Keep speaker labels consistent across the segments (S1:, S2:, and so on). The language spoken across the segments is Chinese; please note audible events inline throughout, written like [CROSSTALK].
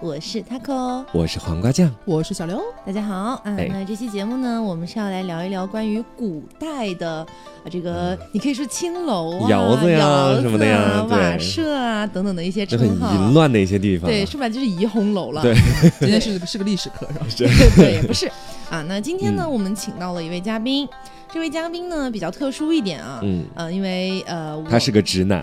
S1: 我是 Taco，哦
S2: 我是黄瓜酱，
S3: 我是小刘。
S1: 大家好啊、
S2: 哎
S1: 那这期节目呢，我们是要来聊一聊关于古代的啊这个，你可以说青楼啊、
S2: 嗯窑子呀
S1: 窑
S2: 什么的
S1: 啊
S2: 呀对
S1: 瓦舍啊等等的一些
S2: 这
S1: 称
S2: 很
S1: 号。
S2: 淫乱的一些地方。啊
S1: 对，说白了就是怡红楼了。
S2: 对
S3: 今天是是个历史课是吧？
S1: [LAUGHS] 对，也不是啊。那今天呢，
S2: 嗯
S1: 我们请到了一位嘉宾，这位嘉宾呢比较特殊一点啊，
S2: 嗯，
S1: 呃，因为呃，我
S2: 他是个直男，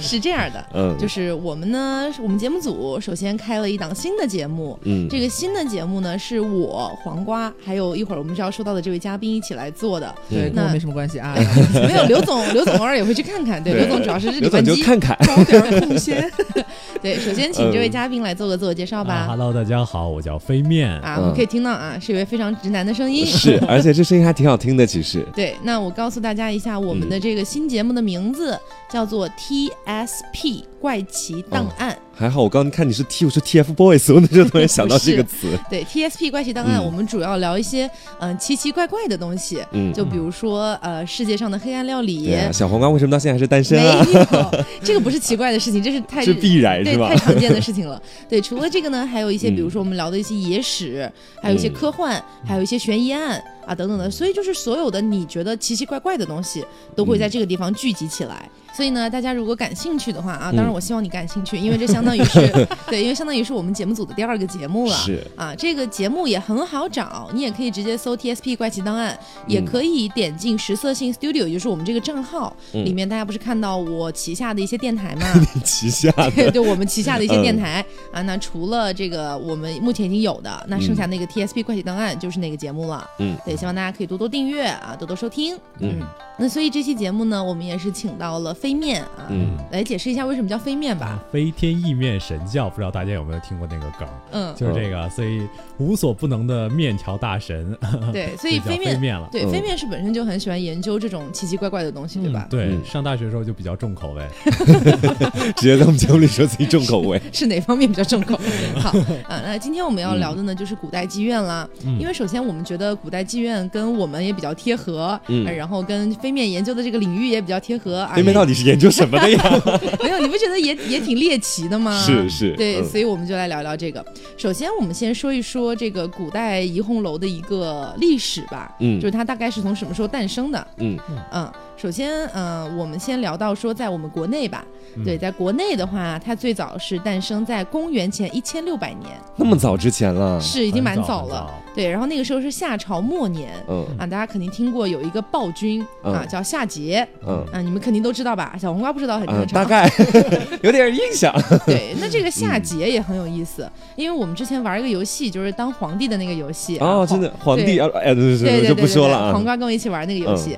S1: 是这样的，
S2: 嗯，
S1: 就是我们呢，是我们节目组首先开了一档新的节目。
S2: 嗯，
S1: 这个新的节目呢，是我黄瓜，还有一会儿我们是要说到的这位嘉宾一起来做
S2: [LAUGHS]
S1: 的。
S3: 对，
S2: 嗯
S3: 跟我
S1: 那
S3: 没什么关系啊。
S1: 没有刘总，刘总偶尔也会去看看。对，
S2: 对
S1: 刘总主要是日理
S2: 刘总
S1: 万
S2: 就
S1: 机。
S2: 看看，
S3: 搞点儿贡献，
S1: [LAUGHS] 对，首先请这位嘉宾来做个自我介绍
S4: 啊
S1: 吧。
S4: Hello，大家好，我叫飞面。
S1: 啊，
S2: 嗯
S1: 我们可以听到啊，是一位非常直男的声音。
S2: 是，而且这声音还挺好听的，其实。
S1: 对，那我告诉大家一下，我们的这个新节目的名字叫做 TSP 怪奇档案。
S2: 还好我刚看你是 T，我说 TFBOYS，我那时候突然想到这个
S1: [LAUGHS]
S2: 词，
S1: 对，TSP 怪奇档案，
S2: 嗯
S1: 我们主要聊一些嗯、呃奇奇怪怪的东西，
S2: 嗯，
S1: 就比如说呃世界上的黑暗料理。
S2: 对啊，小黄瓜为什么到现在还是单身
S1: 没
S2: 啊？
S1: 有，这个不是奇怪的事情，这是太
S2: [LAUGHS] 是必然
S1: 对
S2: 是吧
S1: 太？常见的事
S2: [LAUGHS]
S1: 情了。对，除了这个呢，还有一些，
S2: 嗯
S1: 比如说我们聊的一些野史，还有一些科幻，还有一些悬疑案啊等等的。所以就是所有的你觉得奇奇怪怪的东西，都会在这个地方聚集起来。
S2: 嗯
S1: 所以呢，大家如果感兴趣的话啊，当然我希望你感兴趣，因为这相当于
S2: [LAUGHS]
S1: 是对，因为相当于是我们节目组的第二个节目了。
S2: 是，
S1: 啊，这个节目也很好找，你也可以直接搜 TSP 怪奇档案，也
S2: 嗯
S1: 可以点进十色性 Studio，也就是我们这个账号、
S2: 嗯
S1: 里面，大家不是看到我旗下的一些电台吗？
S2: [LAUGHS] 旗下
S1: 对 [LAUGHS]
S2: 的，
S1: 对，我们旗下的一些
S2: 嗯
S1: 电台、啊，那除了这个我们目前已经有的，那剩下那个 TSP 怪奇档案就是那个节目了。
S2: 嗯，
S1: 对，希望大家可以多多订阅啊，多多收听。
S2: 嗯
S1: 那所以这期节目呢，我们也是请到了飞面啊，
S2: 嗯，
S1: 来解释一下为什么叫飞面吧。
S4: 啊飞天意面神教，不知道大家有没有听过那个梗儿，
S1: 嗯，
S4: 就是这个，所以无所不能的面条
S1: [LAUGHS]
S4: 大神，
S1: 嗯对，所
S4: 所
S1: 以
S4: 叫
S1: 飞
S4: 飞
S1: 面。
S4: 面了。
S1: 对，
S2: 嗯
S1: 飞面是本身就很喜欢研究这种奇奇怪怪的东西，对吧
S4: 嗯？对，
S2: 嗯
S4: 上大学的时候就比较重口味，
S2: 直接在我们节目里说自己重口
S1: [LAUGHS]
S2: 味，
S1: 是哪方面比较重
S2: [LAUGHS]
S1: 口？好啊，那今天我们要聊的呢，就是古代妓院啦。
S4: 嗯
S1: 因为首先我们觉得古代妓院跟我们也比较贴合，
S2: 嗯
S1: 呃然后跟飞面研究的这个领域也比较贴合啊。
S2: 对面到底是研究什么的呀？
S1: [LAUGHS] 没有，你不觉得也也挺猎奇的吗？
S2: [LAUGHS] 是。是，
S1: 啊对，
S2: 嗯
S1: 所以我们就来聊聊这个。首先，我们先说一说这个古代怡红楼的一个历史吧，
S2: 嗯
S1: 就是它大概是从什么时候诞生的？
S2: 嗯
S1: 嗯，首先，呃，我们先聊到说，在我们国内吧，
S4: 嗯
S1: 对，在国内的话，它最早是诞生在公元前一千六百年，
S2: 那么早之前了，嗯
S1: 是已经蛮
S4: 哦很
S1: 早
S4: 早
S1: 了。。对，然后那个时候是夏朝末年。
S2: 嗯
S1: 啊，大家肯定听过有一个暴君、啊，
S2: 嗯
S1: 叫夏桀
S2: 嗯
S1: 啊，你们肯定都知道吧？小黄瓜不知道很正
S4: 呃
S2: 嗯，
S1: 常。
S2: 大概 [LAUGHS] 有点印象，
S1: [LAUGHS] 对，那这
S4: 嗯
S1: 个夏桀也很有意思，因为我们之前玩一个游戏，就是当皇帝的那个游戏啊
S2: 哦，真。的，皇帝啊，哎，对
S1: 对对
S2: 对
S1: 对
S2: 对，
S1: 对
S2: 就不说了
S1: 对黄
S2: 啊。嗯
S1: 瓜跟我一起玩那个游戏。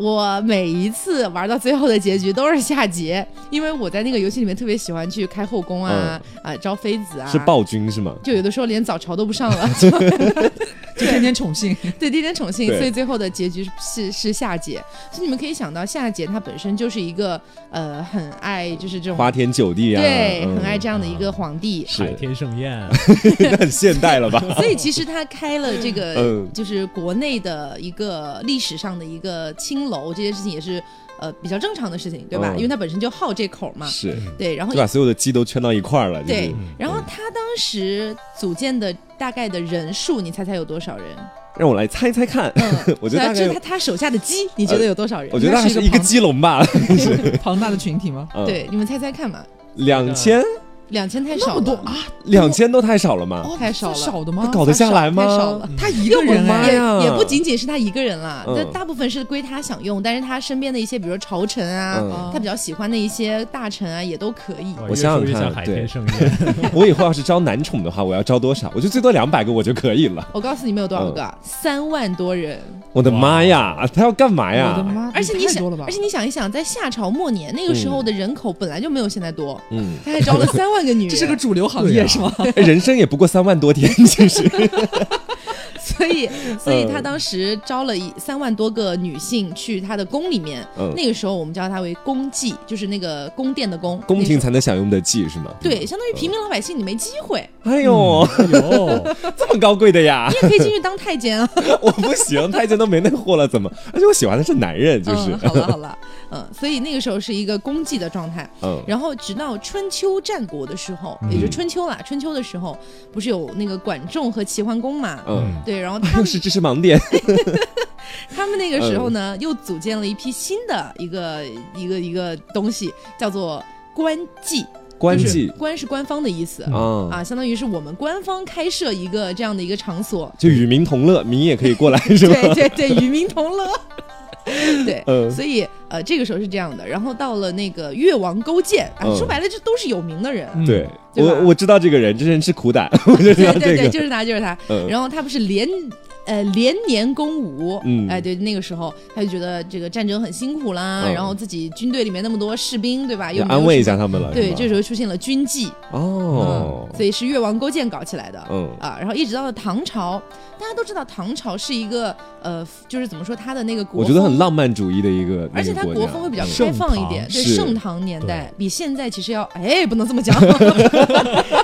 S1: 我每一次玩到最后的结局都是夏桀，因为我在那个游戏里面特别喜欢去开后宫啊、啊招妃子啊，
S2: 嗯是暴君是吗？ [LAUGHS]
S1: 就有的时候连早朝都不上了，就
S3: 就天天
S2: [LAUGHS]
S3: 宠幸，
S1: 对天天宠幸，
S2: 对
S1: 所以最后的结局是是夏桀。所以你们可以想到，夏桀他本身就是一个呃很爱就是这种
S2: 花天酒地啊，
S1: 对、
S2: 嗯
S1: 很爱这样的一个皇帝，
S4: 海
S2: 是，
S4: 天盛
S2: [LAUGHS]
S4: 宴，
S2: 那很现代
S1: [LAUGHS]
S2: 了吧？
S1: 所以其实他开了这个、
S2: 嗯
S1: 就是国内的一个历史上的一个青楼，这件事情也是呃比较正常的事情，对吧？
S2: 嗯
S1: 因为他本身就好这口嘛，
S2: 是，
S1: 对，然后
S2: 就把所有的鸡都圈到一块儿了，就
S1: 嗯
S2: 是
S1: 对，
S4: 嗯
S1: 然后他当时组建的大概的人数，你猜猜有多
S2: [LAUGHS]
S1: 少人？
S2: 让我来猜猜看， [LAUGHS]
S1: 嗯，
S2: 我觉得
S1: 他
S2: 大概
S1: 是
S2: 有
S1: 他，他手下的鸡，你觉得有多少人？
S2: 我觉得大概是一个鸡笼吧，
S3: [LAUGHS] 庞大的群体吗？
S2: 嗯，
S1: 对，你们猜猜看嘛，
S2: 两千，
S1: 两千太
S3: 那
S1: 少
S3: 么
S1: 了，
S3: 多啊，
S2: 两千都太少了吗？
S3: 哦
S1: 太少了
S3: 这么少的吗？
S2: 搞得下来
S1: 太少
S2: 吗？
S1: 了。
S3: 他一
S1: 因为
S3: 个
S1: 我
S3: 人
S2: 妈
S3: 哎，
S2: 呀
S1: 也也不仅仅是他一个人啦，
S2: 啊嗯
S1: 就大部分是归他享用，但是他身边的一些，比如说朝臣啊，
S2: 嗯，
S1: 他比较喜欢的一些大臣啊，也都可以。
S4: 哇
S2: 我想想
S4: 越说越
S2: 看
S4: 像海
S2: 对
S4: 天
S2: [LAUGHS]
S4: 盛宴，
S2: [LAUGHS]
S4: 嗯
S2: 我以后要是招男宠的话，我要招多少？我就最
S1: [LAUGHS]
S2: 多两百个我就可以了。
S1: 我告诉你们有多少个
S2: 哦
S1: 啊，三万多人。
S2: 我的妈呀，他要干嘛
S3: 我的
S2: 哎呀？
S3: 妈，
S1: 而且你
S3: 太
S1: 想
S3: 多了吧，
S1: 而？且你想一想，在夏朝末年那个时候的人口本来就没有现在
S2: [LAUGHS]
S1: 多，
S2: 嗯，
S1: 他还招了三万个女人，
S3: 这是个主流行
S4: 对
S3: 业
S4: 啊
S3: 是吗？
S2: 哎人生也不过三万多天，其实， [LAUGHS]
S1: 所以，
S2: 嗯
S1: 所以他当时招了一三万多个女性去他的宫里面，
S2: 嗯，
S1: 那个时候我们叫它为宫妓，就是那个宫殿的宫，
S2: 宫
S1: 那
S2: 廷
S1: 个时
S2: 才能嗯享用的技是吗？
S1: 候。对，相当于平民老百姓，你没机会，
S2: 哎呦，
S4: 有
S2: 这么高贵的呀 [LAUGHS]
S1: 你！也可以进去当太监啊。
S2: 我不行，太监都没那货了，怎么？而且我喜欢的是男人，就是
S1: 嗯，好了好了，嗯，所以那个时候是一个功绩的状态。
S2: 嗯，
S1: 然后直到春秋战国的时候，
S4: 嗯
S1: 也就是春秋啦，春秋的时候不是有那个管仲和齐桓公嘛？
S2: 嗯，
S1: 对，然后
S2: 啊
S1: 他
S2: 又
S1: 们
S2: 是知识盲 [LAUGHS] 点，
S1: 他们那个时候
S2: 嗯
S1: 呢，又组建了一批新的一个一个一个东西，叫做官妓。
S2: 关
S1: 就是
S2: 系
S1: 官是官方的意思、
S2: 啊，
S1: 啊，相当于是我们官方开设一个这样的一个场
S2: [LAUGHS]，
S1: 所
S2: 就与民同乐，民也可以过来是吧？
S1: 对对对，与民同乐。对，
S2: 嗯
S1: 所以呃，这个时候是这样的。然后到了那个越王勾践，啊，
S2: 嗯
S1: 说白了，这都是有名的人。
S4: 嗯
S2: 对，
S1: 对吧
S2: 我我知道这个人，这人吃苦胆， [LAUGHS] 我就知
S1: 对
S2: 道
S1: 对
S2: 这
S1: 对，
S2: 个，
S1: 就是他，就是他。
S2: 嗯
S1: 然后他不是连呃连年攻吴，
S2: 嗯
S1: 哎，对，那个时候他就觉得这个战争很辛苦啦，
S2: 嗯
S1: 然后自己军队里面那么多士兵，对吧？又
S2: 要
S1: 没有
S2: 安慰一
S1: 什
S2: 下
S1: 么。
S2: 他们了，
S1: 对，
S2: 是吧
S1: 这时候出现了军纪，
S2: 哦
S1: 嗯，，所以是越王勾践搞起来的。
S2: 嗯
S1: 啊，然后一直到了唐朝，大家都知道唐朝是一个呃，就是怎么说它的那个国
S2: 我觉得很
S1: 风，
S2: 浪漫主义的一个，
S1: 而且它
S2: 那个
S1: 国
S2: 家
S1: 风会比较
S2: 嗯
S1: 开放一点，对
S4: 盛唐
S2: 是
S1: 盛唐年代比现在其实要哎，不能这么
S2: [LAUGHS]
S1: 讲，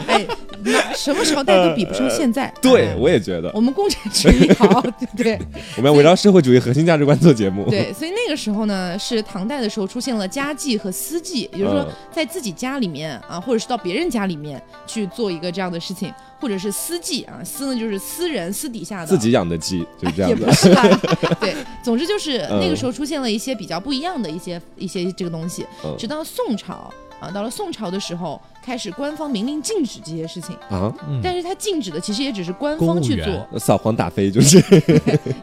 S1: 哎，那什么朝代都比不上现在。
S2: 呃对，
S1: 哎
S2: 我也觉 [LAUGHS] 得，
S1: 我们共产主义好，对不
S2: [LAUGHS]
S1: 对？
S2: 我们要围绕社会主义核心价值观做节目，
S1: 对，所以那个时候呢，是唐代的时候出现了家妓和私妓，也就是说
S2: 嗯
S1: 在自己家里面啊，或者是到别人家里面去做一个这样的事情，或者是私妓啊，私呢就是私人私底下的
S2: [LAUGHS] 自己养的鸡就是这样
S1: 也
S2: 子
S1: 不，是啦，对，总之就是
S2: 嗯
S1: 那个时候出现了一些比较不一样的一些一些这个东西，
S2: 嗯
S1: 直到宋朝啊，到了宋朝的时候，开始官方明令禁止这些事情，
S2: 啊，
S4: 嗯
S1: 但是它禁止的其实也只是官
S4: 公
S1: 方
S4: 务
S1: 去
S4: 员
S1: 做，
S2: 扫黄打非就是，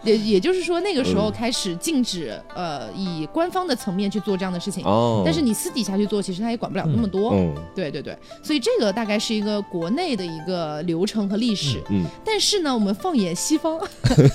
S1: 也也就是说那个时候
S2: 嗯
S1: 开始禁止呃以官方的层面去做这样的事情，
S2: 哦，
S1: 但是你私底下去做，其实他也管不了那么多，
S2: 嗯
S1: 对对对，所以这个大概是一个国内的一个流程和历史，
S2: 嗯，
S1: 但是呢，我们放眼西
S2: [LAUGHS]
S1: 方，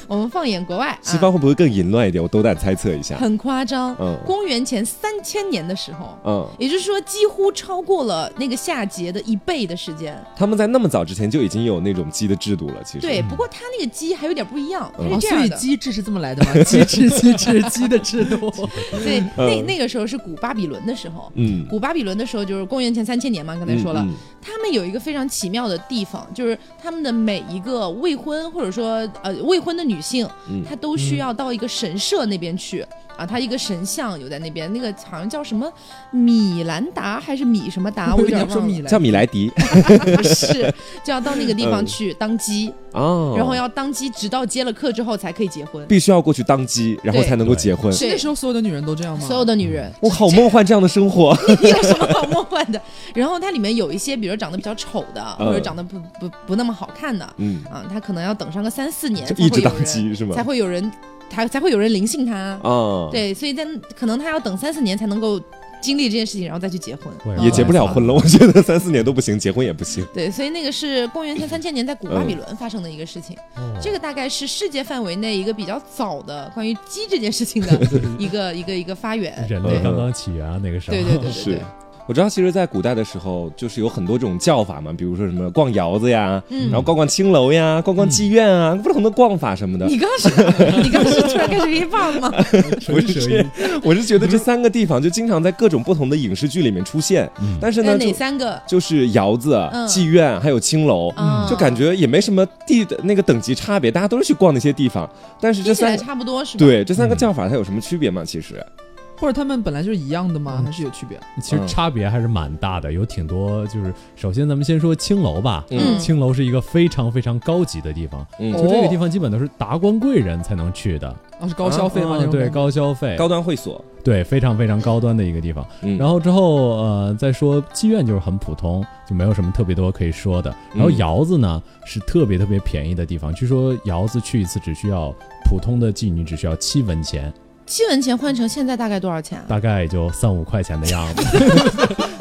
S1: 我们放眼国外，
S2: 西
S1: 啊
S2: 方会不会更淫乱一点？我斗胆猜测一下，
S1: 很夸张。
S2: 嗯
S1: 公元前三千年的时候，
S2: 嗯，
S1: 也就是说几乎超过了那个夏桀的一倍的时间。
S2: 他们在那么早之前就已经有那种鸡的制度了，其实，
S1: 对，不过他那个鸡还有点不一样，它
S2: 嗯
S1: 是
S3: 哦，
S1: 这
S3: 所
S1: 样
S3: 以
S1: 的。
S3: 机制是这么来的吗？机制，机制，鸡的制度。
S1: 所以那
S2: 嗯
S1: 那个时候是古巴比伦的时候。
S2: 嗯，
S1: 古巴比伦的时候就是公元前三千年嘛，刚才说了，
S2: 嗯，嗯
S1: 他们有一个非常奇妙的地方，就是他们的每一个未婚或者说呃未婚的女性，
S2: 嗯
S1: 她都需要到一个神社那边去、啊，她一个神像有在那边，那个好像叫什么米兰达还是米什么
S3: [LAUGHS]
S1: 达，我有
S3: 一定
S1: 点
S3: 要说
S1: 忘了
S3: 米，
S2: 叫
S3: 兰，
S2: 嗯米
S1: [LAUGHS]
S2: 莱迪
S1: 不是就要到那个地方
S2: 嗯
S1: 去当鸡，
S2: 哦，
S1: 然后要当鸡，直到接了课之后才可以结婚。
S2: 必须要过去当鸡，然后
S1: 对
S2: 才能够结婚。
S3: 是那时候所有的女人都这样吗？
S1: 所有的女人，
S2: 我好梦幻这样的生
S1: [LAUGHS]
S2: 活，
S1: 你有什么好梦幻的？然后它里面有一些，比如长得比较丑的，
S2: 嗯
S1: 或者长得不不不那么好看的，
S2: 嗯，
S1: 啊，他可能要等上个三四年
S2: 就
S1: 嗯才
S2: 一
S1: 会
S2: 直
S1: 有
S2: 当
S1: 人，
S2: 鸡是吗
S1: 才？会有人，才才会有人灵性他。
S2: 啊，，
S1: 对，所以在可能他要等三四年才能够经历这件事情，然后再去结婚
S4: 对，
S1: 嗯
S2: 也结不了婚了。我觉得三四年都不行，结婚也不行。
S1: 对，所以那个是公元前三千年在古巴比伦发生的一个事情，
S4: 哦
S1: 这个大概是世界范围内一个比较早的关于鸡这件事情的一个一个一个发源。
S4: 人
S2: 嗯
S4: 类刚刚起源啊，那个时候
S1: 对对对对
S2: 是
S1: 对，
S2: 我知道，其实，在古代的时候，就是有很多这种叫法嘛，比如说什么逛窑子呀，
S1: 嗯
S2: 然后逛逛青楼呀，逛逛妓院
S4: 嗯
S2: 啊，不是很多逛法什么的。
S1: 你刚是，你刚是突然开始 hiphop 了吗？
S4: [LAUGHS] 不是蛇音
S2: 我是觉得这三个地方就经常在各种不同的影视剧里面出现，
S4: 嗯
S2: 但是
S1: 呃
S2: 呢，
S1: 哪
S2: 就
S1: 三个？
S2: 就是窑子、啊
S1: 嗯
S2: 妓院还有青楼，
S1: 啊
S2: 就感觉也没什么地的那个等级差别，大家都是去逛那些地方。但是这
S1: 听起来
S2: 三个
S1: 差不多是吧？
S2: 对这三个叫法它有什么区别吗？其实，
S3: 或者他们本来就是一样的
S2: 嗯
S3: 吗？还是有区别？
S4: 其实差别还是蛮大的，有挺多。就是首先咱们先说青楼吧，
S1: 嗯
S4: 青楼是一个非常非常高级的地方，
S2: 嗯
S3: 哦
S4: 就这个地方基本都是达官贵人才能去的，
S3: 啊，是
S2: 嗯
S3: 高消费吗？
S4: 啊
S3: 那种
S4: 对
S3: 感觉
S4: 高消费，
S2: 哎高端会所，
S4: 对非常非常高端的一个地方。
S2: 嗯，
S4: 然后之后呃再说妓院就是很普通，就没有什么特别多可以说的。然后
S2: 嗯
S4: 窑子呢是特别特别便宜的地方，据说窑子去一次只需要普通的妓女只需要七文钱，
S1: 七文钱换成现在大概多少钱啊？
S4: 大概也就三五块钱的样
S1: [LAUGHS]
S4: 子。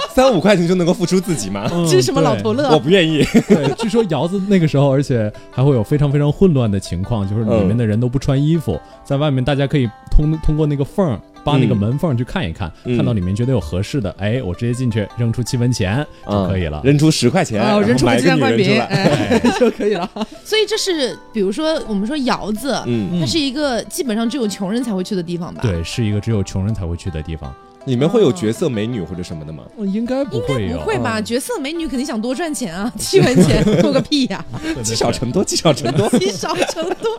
S2: 三五块钱就能够付出自己吗？
S4: 嗯
S1: 这是什么老
S4: 对
S1: 头乐？啊
S2: [LAUGHS] 我不愿意。
S4: [LAUGHS] 对，据说窑子那个时候，而且还会有非常非常混乱的情况，就是里
S2: 嗯
S4: 面的人都不穿衣服，在外面大家可以通通过那个缝儿扒那个
S2: 嗯
S4: 门缝儿去看一看，
S2: 嗯
S4: 看到里面觉得有合适的，哎，我直接进去扔出七文钱
S2: 嗯
S4: 就可以了。
S2: 啊扔出十块钱，
S3: 啊，
S2: 然后
S3: 扔出
S2: 买
S3: 个
S2: 一
S3: 鸡蛋
S2: 女
S3: 灌
S2: 人出
S3: 饼，
S2: 来。
S3: 哎， [LAUGHS] 就可以了。
S1: 所以这是，比如说我们说窑子，
S2: 嗯，
S1: 它是一个基本上只有穷人才会去的地方吧？，
S4: 对，是一个只有穷人才会去的地方，
S2: 里面会有角色美女或者什么的吗？
S4: 嗯应该不会有，
S1: 不会吧？
S2: 嗯
S1: 角色美女肯定想多 [LAUGHS]
S4: [LAUGHS]
S1: 赚钱啊，七文钱多个屁呀、 [LAUGHS]
S4: 对对对
S2: 积少成多，积少成多。
S1: 积少成多。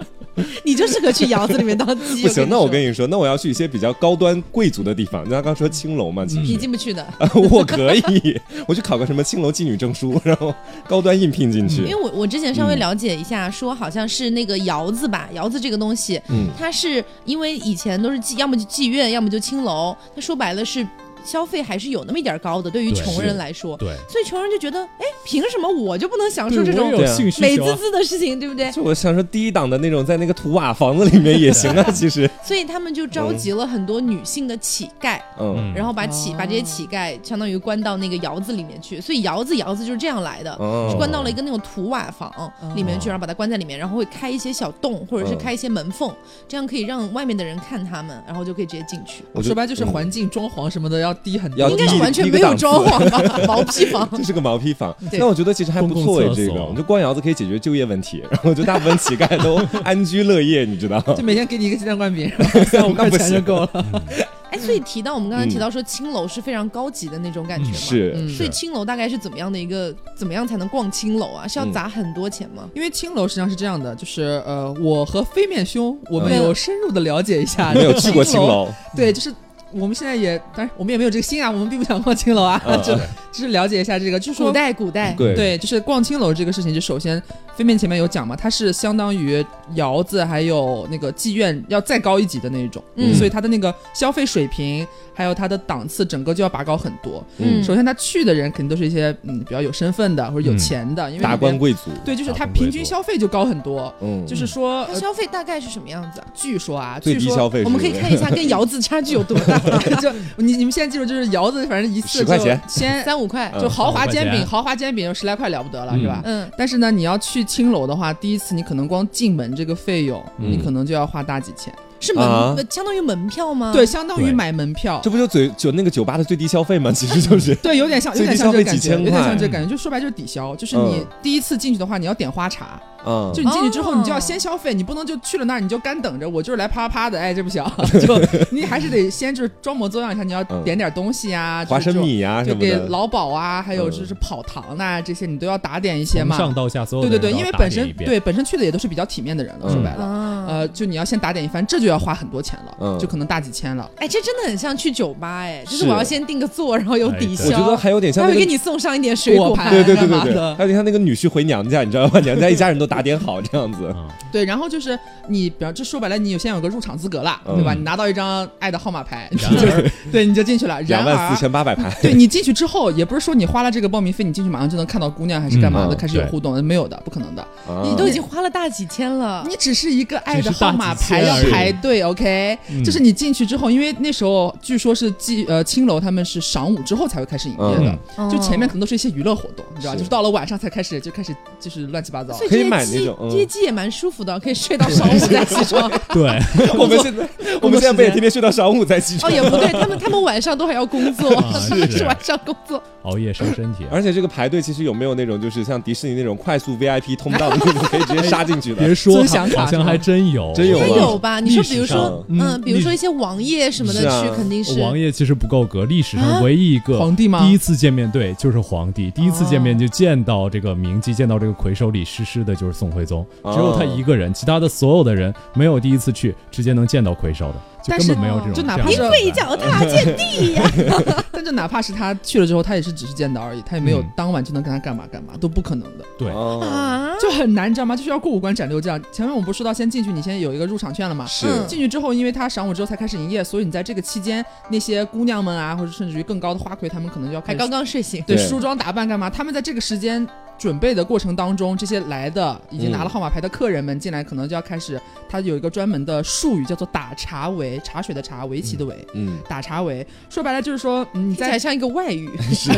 S1: 你就适合去窑子里面当鸡。
S2: 不行，那我跟
S1: 你
S2: 你说，那我要去一些比较高端贵族的地方。那他刚说青楼嘛，其
S1: 说
S2: 实
S1: 你、进不去的，
S3: 嗯
S2: [LAUGHS] 我可以，我去考个什么青楼妓女证书，然后高端应聘进
S1: 因为
S2: 去。
S1: 我我之前
S4: 嗯
S1: 稍微了解一下，说好像是那个窑子吧，窑子这个东西，
S2: 嗯，
S1: 它是因为以前都是妓，要么就妓院，要么就青楼，它说白了是消费还是有那么一点儿高的，对于
S4: 对
S1: 穷人
S2: 是
S1: 来说，
S4: 对，
S1: 所以穷人就觉得，哎，凭什么我就不能享
S4: 对
S1: 受啊这种
S4: 我也有性需
S1: 美
S4: 求
S1: 滋
S4: 啊，
S1: 滋的事情，对不对？
S2: 就我想说，低档的那种，在那个土瓦房子里面也
S3: [LAUGHS]
S2: 行啊，其实，
S1: 所以他们就召集了很多女性的乞丐，
S2: 嗯
S4: 嗯
S1: 然后把乞把这些乞丐相当于关到那个窑子里面去，所以窑子窑子就是这样来
S4: 嗯
S1: 的。
S2: 哦
S1: 是关到了一个那种土瓦房里面去，
S4: 哦
S1: 然后把它关在里面，然后会开一些小洞，或者是
S2: 嗯
S1: 开一些门缝，这样可以让外面的人看他们，然后就可以直接进去。
S2: 我嗯
S3: 说白就是环境、装潢什么的要低很多
S2: 要
S1: 应
S2: 低
S3: 嘛，
S1: 该是完全没有装 [LAUGHS] 潢吧，毛坯房。
S2: 这是个毛坯房，
S1: 对
S2: 那我觉得其实还不错哎
S4: 公，共厕
S2: 这
S4: 所
S2: 个，我觉得光窑子可以解决就业问题， [LAUGHS] 然后就大部分乞丐都安居乐业，你知道？
S3: [LAUGHS] 就每天给你一个鸡蛋灌
S2: [LAUGHS]
S3: 饼，然后三五
S2: 那
S3: 块
S2: 不
S3: 钱就
S2: 行
S3: 够
S2: [LAUGHS]
S3: 了。
S1: 哎，所以提到我们刚才提到说青楼是非常高级的那种感觉嘛，
S2: 是，
S3: 嗯
S1: 所以青楼大概是怎么样的一个，怎么样才能逛青楼啊？是要砸很多钱吗？
S3: 因为青楼实际上是这样的，就是呃，我和飞面兄我们
S1: 嗯
S3: 有深入的了解一下，
S2: 没有去过青
S3: 楼，
S2: 楼，
S3: 对，就是我们现在也，当然我们也没有这个心啊，我们并不想逛青楼啊，
S2: 嗯
S3: [LAUGHS] 就就是了解一下这个，就是
S1: 古
S3: 说。
S1: 代古代，
S2: 对，
S3: 嗯哎对，就是逛青楼这个事情，就首先飞面前面有讲嘛，它是相当于窑子还有那个妓院要再高一级的那一种，
S1: 嗯
S3: 所以它的那个消费水平还有它的档次，整个就要拔高很多。
S1: 嗯
S3: 首先，他去的人肯定都是一些嗯比较有身份的或者有钱的，因为
S2: 嗯达
S3: 里
S2: 官
S3: 面
S2: 贵族，
S3: 对，就是
S4: 达
S3: 他
S4: 官贵
S3: 平均
S4: 族
S3: 消费就高很多。
S2: 嗯，
S3: 就是说，
S1: 它
S3: 呃
S1: 消费大概是什么样子啊？
S3: 据说啊，
S2: 最
S3: 据
S2: 低
S3: 说
S2: 消费
S1: 我们可以看一下跟窑子差距有多大，
S3: [LAUGHS] 就你你们现在记住，就是窑子，反正一次
S2: 10块钱
S3: 就先
S1: 三五块，
S2: 嗯
S3: 就豪华煎
S4: 10块
S3: 饼，
S4: 钱
S3: 豪华煎饼有十来块了不得了，
S4: 嗯
S3: 是吧？
S1: 嗯，
S3: 但是呢，你要去青楼的话，第一次你可能光进门这个费用，
S2: 嗯
S3: 你可能就要花大几千，
S1: 是门、
S2: 啊
S1: 呃相当于门票吗？啊
S3: 对，，相当于
S4: 对
S3: 买门票
S2: 这，不就嘴就那个酒吧的最低消费吗？其实就是，
S3: 对，有点像，有
S2: 最低
S3: 点像
S2: 消
S3: 这
S2: 费
S3: 个感
S2: 几
S3: 觉，
S2: 千
S3: 有点像
S2: 块
S3: 这个感觉，就说白就是抵消，就是你
S2: 嗯
S3: 第一次进去的话，你要点花茶，
S2: 嗯，
S3: 就你进去之后，你就要
S1: 哦
S3: 先消费，你不能就去了那儿你就干等着，我就是来啪啪啪的，哎，这
S2: [LAUGHS]
S3: 不行，就你还是得先就是装模作样一下，你要
S2: 嗯
S3: 点点东西啊，就是
S2: 花生
S3: 这种
S2: 米呀什
S3: 就
S2: 么
S3: 给
S2: 的，
S3: 劳保啊，还有就
S2: 嗯
S3: 是跑堂呐、这些，你都要打点一些
S4: 从
S3: 嘛。
S4: 上到下所有
S3: 对
S4: 的
S3: 对对，
S4: 人都
S3: 因为
S4: 要打
S3: 本
S4: 点
S3: 身
S4: 一遍
S3: 对本身去的也都是比较体面的人了，说
S2: 嗯
S3: 白了，
S1: 啊，
S3: 呃，就你要先打点一番，这就要花很多钱了，
S2: 嗯
S3: 就可能大几千了。
S1: 哎，这真的很像去酒吧，哎，就是
S2: 是哎
S1: 我要先订个座，然后有抵消，
S2: 我觉得还有点像
S1: 他
S2: 那
S1: 会
S2: 个
S1: 给你送上一点水
S3: 果
S1: 果
S3: 盘
S1: 盘，
S2: 对对对
S3: 干嘛
S2: 对对，
S3: 的
S2: 还有点像那个女婿回娘家，你知道吗？娘家一家人都打点好这样子，
S4: 啊，
S3: 对，然后就是你，比方这说白了，你有先有个入场资格啦，
S2: 嗯
S3: 对吧？你拿到一张爱的号码牌，
S2: [LAUGHS]
S4: 然而
S3: 对，你就进去了。
S2: 两
S3: 然
S2: 万
S3: 而
S2: 四，千八百盘，
S3: 对你进去之后，也不是说你花了这个报名费，你进去马上就能看到姑娘还是干嘛的，
S2: 嗯
S3: 开始有
S4: 对
S3: 互动，没有的，不可能的。
S2: 啊
S1: 你都已经花了大几千了，
S3: 你只是一个爱的
S4: 只是大
S3: 号码
S4: 几
S3: 牌
S4: 千
S3: 要
S4: 而已
S3: 排队，OK？
S4: 嗯
S3: 就是你进去之后，因为那时候据说是记呃青楼他们是晌午之后才会开始营业的
S4: 嗯，
S3: 就前面可
S1: 哦。
S3: 能都是一些娱乐活动，你知道吧，
S2: 是
S3: 就是到了晚上才开始就开始就是乱七八糟
S1: 所。以
S2: 可以
S1: 这些
S2: 买那
S1: 鸡
S2: 种嗯
S1: 这些鸡也蛮舒服的，可以睡到晌午再起
S2: [LAUGHS]
S1: 床。
S4: 对，
S2: 啊我们现在我们现在不也天天睡到晌午才起
S1: 哦，
S2: 床？
S1: 也不对，他们他们晚上都还要工作，
S4: 啊
S1: 他们
S4: 是
S1: 是晚上工作。
S4: 熬夜伤身体啊，
S2: 而且这个排队其实有没有那种就是像迪士尼那种快速 VIP 通道的那种，可以直接杀进去的？
S4: 别说
S3: 尊享卡
S4: 好好
S3: 是吗
S4: 像还真有，
S2: 真有啊
S1: 他
S2: 吗
S1: 有吧？你说，
S4: 历史
S1: 比如说
S2: 上，
S1: 嗯，
S4: 嗯
S1: 比如说
S4: 历
S1: 一些王爷什么的
S2: 是啊
S1: 去，肯定是
S4: 王爷其实不够格，历史
S1: 啊
S4: 上唯一一个
S3: 皇帝吗
S4: 第一次见面对就是皇
S3: 哦
S4: 帝，第一次见面就见到这个明记，见到这个魁首里实施的就是宋徽宗，
S2: 哦
S4: 只有他一个人，其他的所有的人没有第一次去直接能见到魁首的，就
S3: 但
S4: 根
S3: 是
S4: 本没有这种。
S3: 就哪怕
S4: 这样的
S2: 啊
S3: 是
S4: 安排
S1: 一
S2: [LAUGHS]
S1: 脚踏见地呀。
S3: 但就哪怕是他去了之后，他也是只是见到而已，他也没有
S4: 嗯
S3: 当晚就能跟他干嘛干嘛，都不可能的。
S4: 对
S2: 哦，
S1: 啊，
S3: 就很难，你知道吗？就是要过五关斩六将。前面我们不是说到先进去，你先有一个入场券了吗？
S2: 是
S1: 嗯
S3: 进去之后，因为他晌午之后才开始营业，所以你在这个期间，那些姑娘们啊，或者甚至于更高的花魁，他们可能就要开
S1: 还
S3: 始
S1: 刚刚睡醒。
S3: 对
S2: 对
S3: 梳妆打扮干嘛？他们在这个时间准备的过程当中，这些来的已经拿了号码牌的客人们进来，可能就要开始，他有一个专门的术语叫做打茶围，茶水的茶，围棋的围。
S2: 嗯，
S3: 打茶围，说白了就是说，嗯你
S1: 听起来
S3: 在
S1: 像一个外
S3: [LAUGHS]
S1: 语，
S2: 是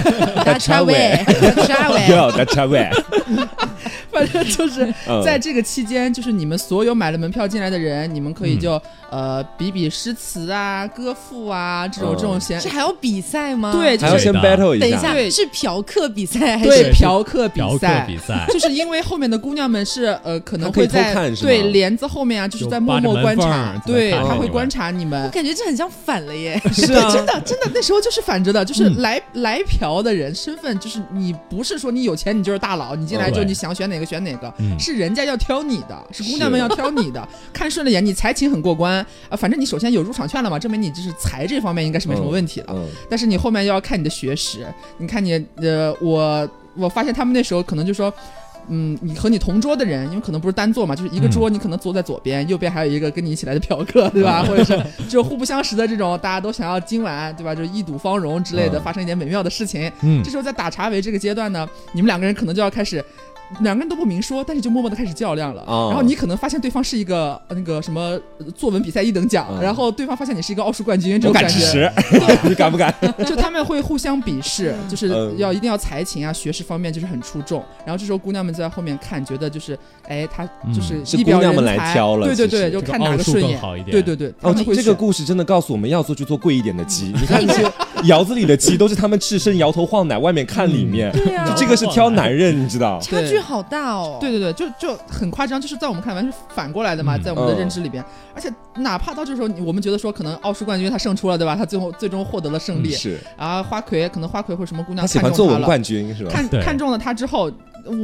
S1: 打叉位，
S4: [LAUGHS]
S1: 打
S2: [LAUGHS]
S1: 叉位，
S2: 要 that's right，
S3: [LAUGHS] 反正就是
S2: 啊嗯
S3: 在这个期间，就是你们所有买了门票进来的人，你们可以就、呃比比诗词啊、歌赋啊这种、
S2: 嗯
S3: 这种闲
S1: 这还要比赛吗？
S3: 对，就
S2: 还要
S3: 是
S2: 先 battle
S1: 等一
S2: 下
S1: 下
S3: 对
S1: 是嫖客比赛还是
S3: 对
S4: 是
S3: 嫖客比比
S4: 嫖客
S3: 赛
S4: 比。赛，
S3: [LAUGHS] 就是因为后面的姑娘们是呃，可能
S2: 她可以
S3: 会在
S2: 偷看是吗
S3: 对帘子后面啊，就是
S4: 就
S3: 在默
S4: 扒着
S3: 默
S4: 门
S3: 观
S4: 缝
S3: 察
S4: 儿，
S3: 对，
S4: 在看
S3: 她
S4: 着
S3: 会
S4: 你
S3: 观
S4: 们
S3: 察你们
S1: 我。感觉这很像反了耶，
S2: 是
S3: 对，
S2: 啊，
S3: 真的真的，那时候就是反着的，就是
S4: 嗯
S3: 来、来嫖的人身份，就是你不是说你有钱你就是大佬，你进来
S4: 对
S3: 就你想选哪个选哪个，
S4: 嗯
S3: 是人家要挑你的，是姑娘
S2: 是
S3: 们要挑你的，
S4: [LAUGHS]
S3: 看顺了眼，你才情很过关啊、反正你首先有入场券了嘛，证明你就是财这方面应该是没什
S4: 哦
S3: 么问题了。
S2: 嗯，
S3: 但是你后面又要看你的学识，你看你呃，我我发现他们那时候可能就说。嗯，你和你同桌的人，因为可能不是单坐嘛，就是一
S2: 嗯
S3: 个桌，你可能坐在左边，右边还有一个跟你一起来的嫖客，对
S2: 嗯
S3: 吧？或者是
S2: [LAUGHS]
S3: 就互不相识的这种，大家都想要今晚，对吧？就一睹芳容之类的，
S2: 嗯
S3: 发生一点美妙的事情。
S4: 嗯
S3: 这时候在打茶围这个阶段呢，你们两个人可能就要开始。两个人都不明说，但是就默默的开始较量了。
S2: 哦
S3: 然后你可能发现对方是一个呃那个什么呃作文比赛一等奖，
S2: 嗯
S3: 然后对方发现你是一个奥数冠军，这
S2: 我
S3: 种感
S2: 敢
S3: 觉。
S2: 吃屎，你敢不敢？
S3: 就他们会互相鄙视，就是
S2: 嗯
S3: 要一定要才情啊、学识方面就是很出众。然后这时候姑娘们就在后面看，觉得就是哎，他就是
S2: 是
S3: 一表
S2: 姑娘们
S3: 人
S2: 来
S3: 才
S2: 挑了
S3: 对对
S2: 其实
S3: 对，就
S4: 嗯这个
S3: 看哪
S4: 奥
S3: 个
S4: 数
S3: 顺
S4: 更
S3: 眼。
S4: 好一点
S3: 对对对，他
S2: 哦，
S3: 们会
S2: 这这个
S3: 选嗯
S2: 故事真的告诉我们要做就做贵一点的鸡。你看那些窑子里的鸡都是他们赤身摇头晃脑，外面看里面，
S1: 对呀、
S2: 就这个是挑男人，你知
S1: [LAUGHS]
S2: 道？
S1: 差距好大哦。
S3: 啊对对对，就就很夸张，就是在我们看完全是反过来的嘛，
S4: 嗯
S3: 在我们的
S2: 嗯
S3: 认知里边。而且哪怕到这时候，你我们觉得说可能奥数冠军他胜出了，对吧？他最后最终获得了胜利。
S2: 是
S3: 啊，花魁可能花魁或者什么姑娘
S2: 嗯他喜
S3: 看
S2: 欢作
S3: 中他
S2: 文
S3: 了，
S2: 冠军是吧？
S3: 看
S4: 对
S3: 看中了他之后，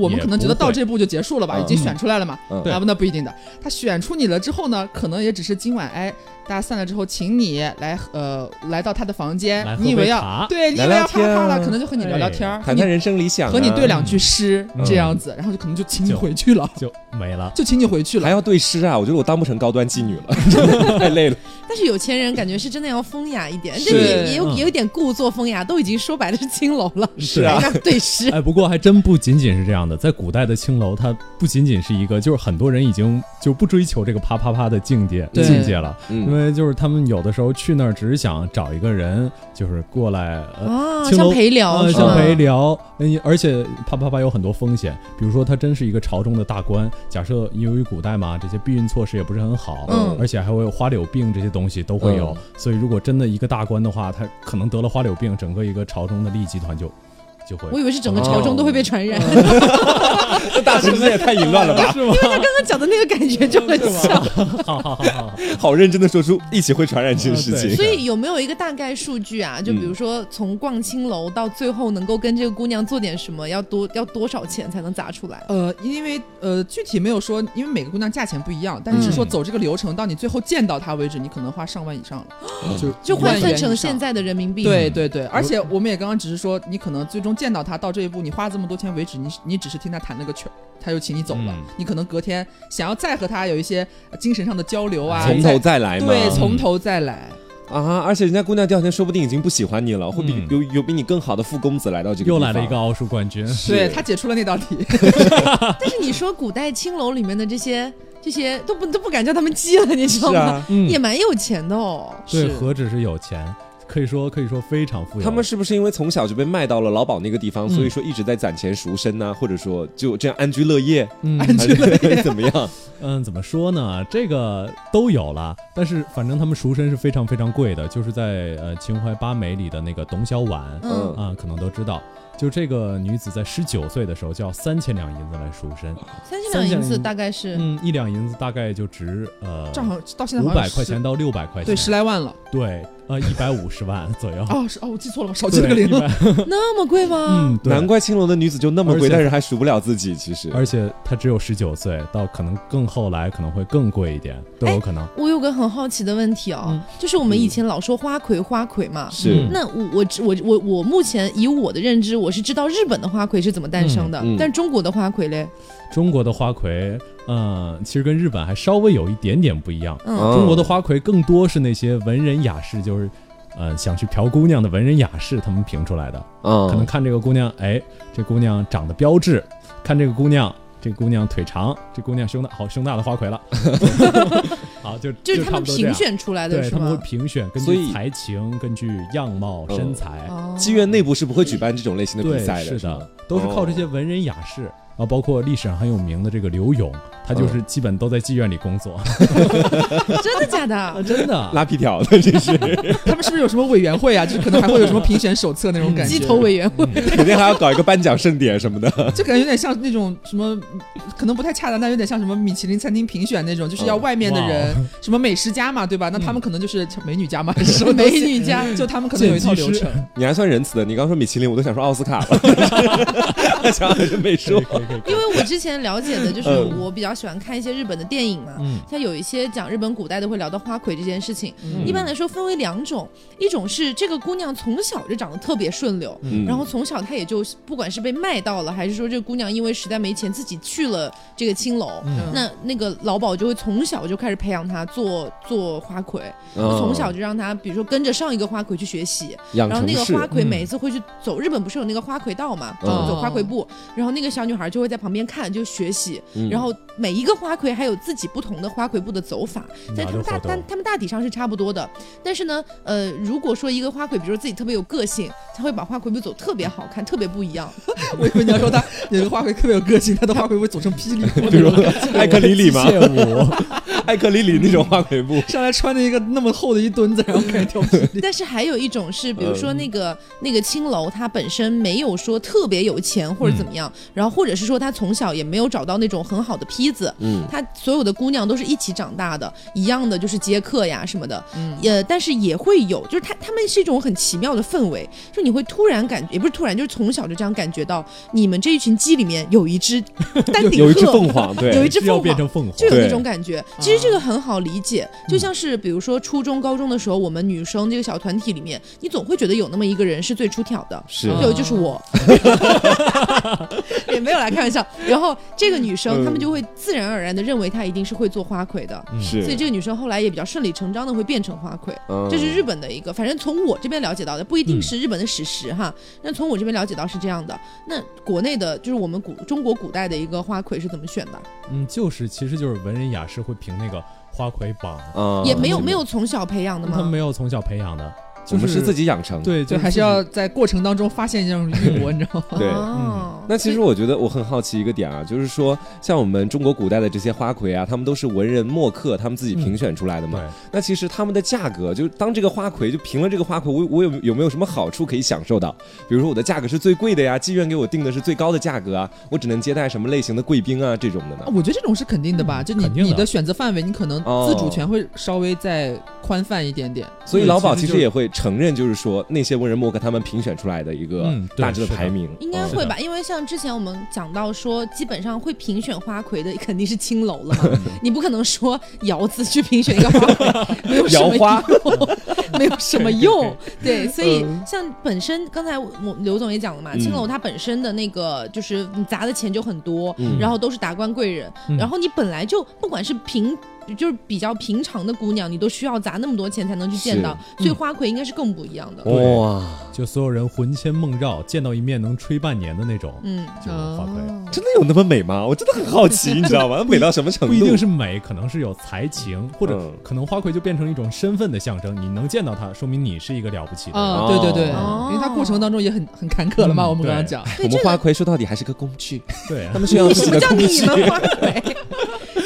S3: 我们可能觉得
S4: 也不会
S3: 到这步就结束了吧，
S2: 嗯
S3: 已经选出来了嘛。
S2: 嗯
S3: 啊，那不一定的。他选出你了之后呢，可能也只是今晚，哎，大家散了之后，请你来，呃，来到他的房间
S4: 来，喝
S3: 你以为
S4: 杯
S3: 要
S4: 茶
S3: 对，你以
S2: 聊
S3: 为
S2: 聊
S3: 要啪
S2: 天
S3: 啪了，
S2: 啊
S3: 可能就和你聊聊
S4: 哎
S3: 天儿，和
S2: 谈
S3: 你
S2: 谈人生理想啊，
S3: 和你对两句诗
S4: 嗯
S3: 这样子，然后就可能就请你回去了，
S4: 就没了。
S3: 就请你回去
S2: 还
S3: 了。
S2: 要对诗啊，我觉得我当不成高端妓
S3: [LAUGHS]
S2: 女了，太累了。
S1: 但是有钱人感觉是真的要风雅一点，
S2: 是
S1: 这也也有
S4: 嗯
S1: 也有点故作风雅，都已经说白了是青楼了，
S2: 是啊
S1: 还在对诗。
S4: 哎，不过还真不仅仅是这样的，在古代的青楼，它不仅仅是一个，就是很多人已经就不追求这个啪啪啪的境界
S3: 对
S4: 境界了，因
S2: 嗯，
S4: 为就是他们有的时候去那儿只是想找一个人，就是过来呃
S1: 哦，
S4: 青楼
S1: 像陪聊
S4: 啊，
S1: 是
S4: 像
S1: 吗？
S4: 陪聊，嗯，而且啪啪啪有很多风险，比如说他真是一个朝中的大官，假设由于古代嘛，这些避孕措施也不是很好，
S1: 嗯
S4: 而且还会有花柳病这些东西都会有，
S2: 嗯
S4: 所以如果真的一个大官的话，他可能得了花柳病，整个一个朝中的利益集团就就会
S1: 我以为是整个
S4: 哦
S1: 朝中都会被传
S4: [LAUGHS]
S1: 染，因
S2: 这大城市也太淫乱了
S3: [LAUGHS]
S2: 吧！
S4: 是吗？
S1: 为他刚刚讲的那个感觉就很像。
S4: 好好好好好，
S2: 好认真的说出一起会传染这件
S3: 啊
S2: 事
S4: 嗯对
S2: 情。
S1: 所以有没有一个大概数据啊？就比如说从逛青楼到最后能够跟这个姑娘做点什么，要多要多少钱才能砸出来？
S3: 呃，因为呃，具体没有说，因为每个姑娘价钱不一样，但是说
S4: 嗯
S3: 走这个流程到你最后见到她为止，你可能花上万以上了，
S2: 嗯
S3: 就
S1: 就换算成现
S3: 在。
S1: 在的人民币，
S3: 对对对，而且我们也刚刚只是说，你可能最终见到他到这一步，你花这么多钱为止，你你只是听他弹了个曲儿，他就请你走了。
S4: 嗯
S3: 你可能隔天想要再和他有一些呃精神上的交流啊，
S2: [LAUGHS] 从
S3: 再
S2: 头再来嘛，嗯
S3: 对，从头再来。
S2: 啊！而且人家姑娘第二天说不定已经不喜欢你了，会比
S4: 嗯
S2: 有有比你更好的傅公子来到这个地
S4: 又
S2: 方
S4: 来了一个，奥数冠军，
S2: 是
S3: 对他解出了那道题，
S1: 但是你说古代青楼里面的这些这些都不都不敢叫他们鸡了，你知道
S2: 是
S1: 吗？
S2: 啊，
S4: 嗯
S1: 也，蛮有钱的哦。
S4: 对，
S3: 是
S4: 何止是有钱，可以说可以说非常富有，
S2: 他们是不是因为从小就被卖到了老鸨那个地方，
S4: 嗯
S2: 所以说一直在攒钱赎身呢、啊或者说就这样安居乐业，
S4: 嗯
S3: 安居乐
S2: 业怎么 [LAUGHS] 样？
S4: 嗯，怎么说呢？这个都有了，但是反正他们赎身是非常非常贵的，就是在呃《秦淮八美》里的那个董小宛啊、
S1: 嗯，
S4: 可能都知道，就这个女子在十九岁的时候就要三千两银子来赎身，
S1: 三千
S4: 三
S1: 两
S4: 千
S1: 银子
S4: 两
S1: 大概是，
S4: 嗯，一两银子大概就值呃
S3: 正好到现在
S4: 五
S3: 好像
S4: 百
S3: 是
S4: 块钱，到六百块钱，
S3: 对，十来万了。
S4: 对，呃，一百五十万左右。
S3: 哦，是哦，我记错了吗？少记了个
S4: 对，
S3: 零
S4: 一。百，
S1: 那么贵吗？
S3: [LAUGHS]
S4: 嗯，对
S2: 难。怪青楼的女子就那么
S4: 而
S2: 贵，
S4: 且
S2: 但是还赎不了自己。其实，
S4: 而且她只有十九岁，到可能更后来可能会更贵一点，都
S3: 哎
S4: 有可能。
S1: 我有个很好奇的问题哦，
S4: 嗯
S1: 就是我们以前老说花魁花魁嘛，
S2: 是
S4: 嗯
S1: 那我我我我我目前以我的认知，我是知道日本的花魁是怎么诞生的，
S2: 嗯嗯
S1: 但中国的花魁嘞，
S4: 中国的花魁，嗯，其实跟日本还稍微有一点点不一样。
S1: 嗯，
S2: 哦
S4: 中国的花魁更多是那些文人雅士，就是，呃，想去嫖姑娘的文人雅士，他们评出来的。
S2: 嗯，
S4: 可能看这个姑娘，哎，这姑娘长得标致，看这个姑娘，这姑娘腿长，这姑娘胸大，好胸大的花魁了。 [LAUGHS] 好，就
S1: [LAUGHS] 就是他
S4: 差
S1: 们
S4: 不多这
S1: 评
S4: 样。
S1: 选出来的
S4: 对
S1: 是
S4: 他们会
S1: 吗？
S4: 评选，根
S2: 所
S4: 据
S2: 以
S4: 才情，根据样貌、
S2: 嗯
S4: 身材，
S1: 哦
S2: [LAUGHS] 妓院内部是不会举办这种类型的
S4: 对，
S2: 比赛
S4: 是
S2: 的吗哦
S4: 的，都是靠这些文人雅士。后包括历史上很有名的这个刘勇，他就是
S2: 嗯
S4: 基本都在妓院里工作，
S1: 真的假
S4: [LAUGHS] 啊，
S1: 的？
S2: [LAUGHS]
S4: 真
S2: [LAUGHS]
S4: 的。
S2: 拉皮条的这是，
S3: 他们是不是有什么委员会啊？就是可能还会有什么评选手册那种感觉，
S1: 鸡头委员
S2: [LAUGHS]
S1: 会，
S2: [LAUGHS] 肯定还要搞一个颁奖盛典什么的。
S3: 就感觉有点像那种什么，可能不太恰当，但有点像什么米其林餐厅评选那种，就是
S4: 嗯
S3: 要外面
S4: 哦
S3: 的
S4: [LAUGHS]
S3: 人，什么美食家嘛，对吧？那他们可能就是美女家嘛，还是什么东
S1: 美
S3: 西
S1: 女家，
S3: 就他们可能有一套流
S4: 剪
S3: 程。
S4: [LAUGHS]
S2: 你还算仁慈的，你刚说米其林，我都想说奥斯卡了， [LAUGHS] 想还是没
S4: 可
S2: 说
S4: 以。可以可以可以
S1: 因为我之前了解的就是
S2: 嗯
S1: 我比较喜欢看一些日本的电影嘛，
S4: 嗯
S1: 它有一些讲日本古代的会聊到花魁这件事情。
S3: 嗯
S1: 一般来说分为两种，一种是这个姑娘从小就长得特别顺溜，
S2: 嗯
S1: 然后从小她也就不管是被卖到了，还是说这个姑娘因为实在没钱自己去了这个青楼，
S4: 嗯
S1: 那那个老鸨就会从小就开始培养她做做花魁，
S2: 嗯
S1: 从小就让她比如说跟着上一个花魁去学习，
S2: 养
S1: 然后
S2: 成
S1: 那个
S2: 式
S1: 花魁
S4: 嗯
S1: 每一次会去走日本，不是有那个花魁道嘛，
S2: 嗯
S1: 走花魁步，然后那个小女孩就会在旁边看，就学习，
S2: 嗯
S1: 然后每一个花魁还有自己不同的花魁步的走法，
S2: 嗯
S1: 在他们大
S4: 哪个活动
S1: 但他们大体上是差不多的，但是呢，呃，如果说一个花魁，比如说自己特别有个性，他会把花魁步走特别好看，特别不一样，
S3: [LAUGHS] 我以为你要说他有个花魁特别有个性，他的花魁会走成霹雳舞
S2: 比如 [LAUGHS] 艾克里里嘛 [LAUGHS]
S4: 机，械舞，
S2: 艾克里里那种花魁步，
S3: 上来穿着一个那么厚的一墩子，然后开始跳
S4: [LAUGHS]
S3: 霹
S2: [LAUGHS]
S3: 雳。
S1: 但是还有一种是，比如说
S2: 嗯
S1: 那个、那个青楼，它本身没有说特别有钱或者怎么样，
S2: 嗯
S1: 然后或者是说他从小也没有找到那种很好的坯子，
S2: 嗯，
S1: 她所有的姑娘都是一起长大的，一样的就是接客呀什么的，
S3: 嗯
S1: 也但是也会有，就是她她们是一种很奇妙的氛围，就你会突然感也不是突然，就是从小就这样感觉到，你们这一群鸡里面有一
S2: [LAUGHS]
S1: 只丹顶
S2: 有一只
S1: 鹤
S2: 凤
S1: [LAUGHS]
S2: 凰，对，
S1: 有一只
S4: 是要
S1: 凤
S4: 变
S1: 凰
S4: 成凤凰，
S1: 就有那
S2: 对
S1: 种感觉。其实这个很好理解，就
S4: 嗯
S1: 像是比如说初中、高中的时候，我们女生这个小团体里面，你总会觉得有那么一个人是最出挑的。
S2: 是
S3: 嗯
S1: 有就是我， [LAUGHS] 也没有来开玩笑。然后这个女生，
S2: 嗯
S1: 她们就会自然而然的认为她一定是会做花魁的，
S4: 嗯
S2: 是，
S1: 所以这个女生后来也比较顺理成章的会变成花魁。
S2: 嗯
S1: 这是日本的一个，反正从我这边了解到的，不一定
S4: 嗯
S1: 是日本的史实哈。那从我这边了解到是这样的。那国内的，就是我们古中国古代的一个花魁是怎么选的？
S4: 嗯，就是其实就是文人雅士会评那个花魁榜，
S2: 嗯
S1: 也没有没有从小培养的
S4: 他们
S1: 吗
S4: 没？有从小培养的，
S2: 我
S4: 就
S2: 们是自
S4: 己
S2: 己养成。
S4: 对，
S3: 就还是
S4: 自己
S3: 要在过程当中发现这种
S4: [LAUGHS]
S3: 韵魔，你知道吗？
S2: 对嗯
S1: 哦
S2: 那其实
S1: 所以
S2: 我觉得我很好奇一个点啊，就是说像我们中国古代的这些花魁啊，他们都是文人墨客他们自己
S1: 嗯
S2: 评选出来的嘛。
S4: 对。
S2: 那其实他们的价格，就当这个花魁就评了这个花魁，我我有有没有什么好处可以享受到？比如说我的价格是最贵的呀，妓院给我定的是最高的价格啊，我只能接待什么类型的贵宾啊这种的
S1: 哦
S2: 呢？
S3: [LAUGHS] 我觉得这种是肯定的吧，就你
S4: 肯定的
S3: 你的选择范围，你可能
S2: 哦
S3: 自主权会稍微再宽泛一点点。
S2: 所以老鸨其
S4: 其实
S2: 实
S4: 就
S2: 也会承认，就是说那些文人墨客他们评选出来的一个
S4: 嗯对
S2: 大致的排名，嗯
S1: 应该
S4: 是
S1: 会
S4: 的
S1: 吧，因为像之前我们讲到说，基本上会评选花魁的肯定是青楼
S4: [LAUGHS]
S1: 了嘛，你不可能说窑子去评选一个花魁，没有什么
S4: [LAUGHS]
S2: 摇花
S1: 用， [LAUGHS] 没有什么用。对，所以
S2: 嗯
S1: 像本身刚才我刘总也讲了嘛，
S2: 嗯
S1: 青楼它本身的那个就是你砸的钱就很多，
S2: 嗯
S1: 然后都是达官贵人，
S4: 嗯
S1: 然后你本来就不管是平。就是比较平常的姑娘，你都需要砸那么多钱才能去见到，
S4: 是
S1: 所以花魁应该是更不一样的。
S4: 对
S2: 哇，
S4: 就所有人魂牵梦绕，见到一面能吹半年的那种，
S1: 嗯，
S4: 就是花魁。
S2: 真的有那么美吗？我真的很好 [LAUGHS] 奇，你知道吗？美到什么程度？
S4: 不一定是美，可能是有才情，或者
S2: 嗯
S4: 可能花魁就变成一种身份的象征。你能见到他，说明你是一个了不起的人。
S3: 啊，对对对，
S1: 哦
S3: 因为它过程当中也很很坎坷了嘛，
S4: 嗯
S3: 我们刚刚讲。
S1: 对这
S2: 我们
S1: 个
S2: 花魁说到底还是个工具，
S4: 对啊，
S2: [LAUGHS] 他们需要
S1: [LAUGHS] 什
S2: 自己
S1: 么
S2: 的
S1: 叫
S2: 工
S1: 你
S2: 具。
S1: 们花魁？ [LAUGHS]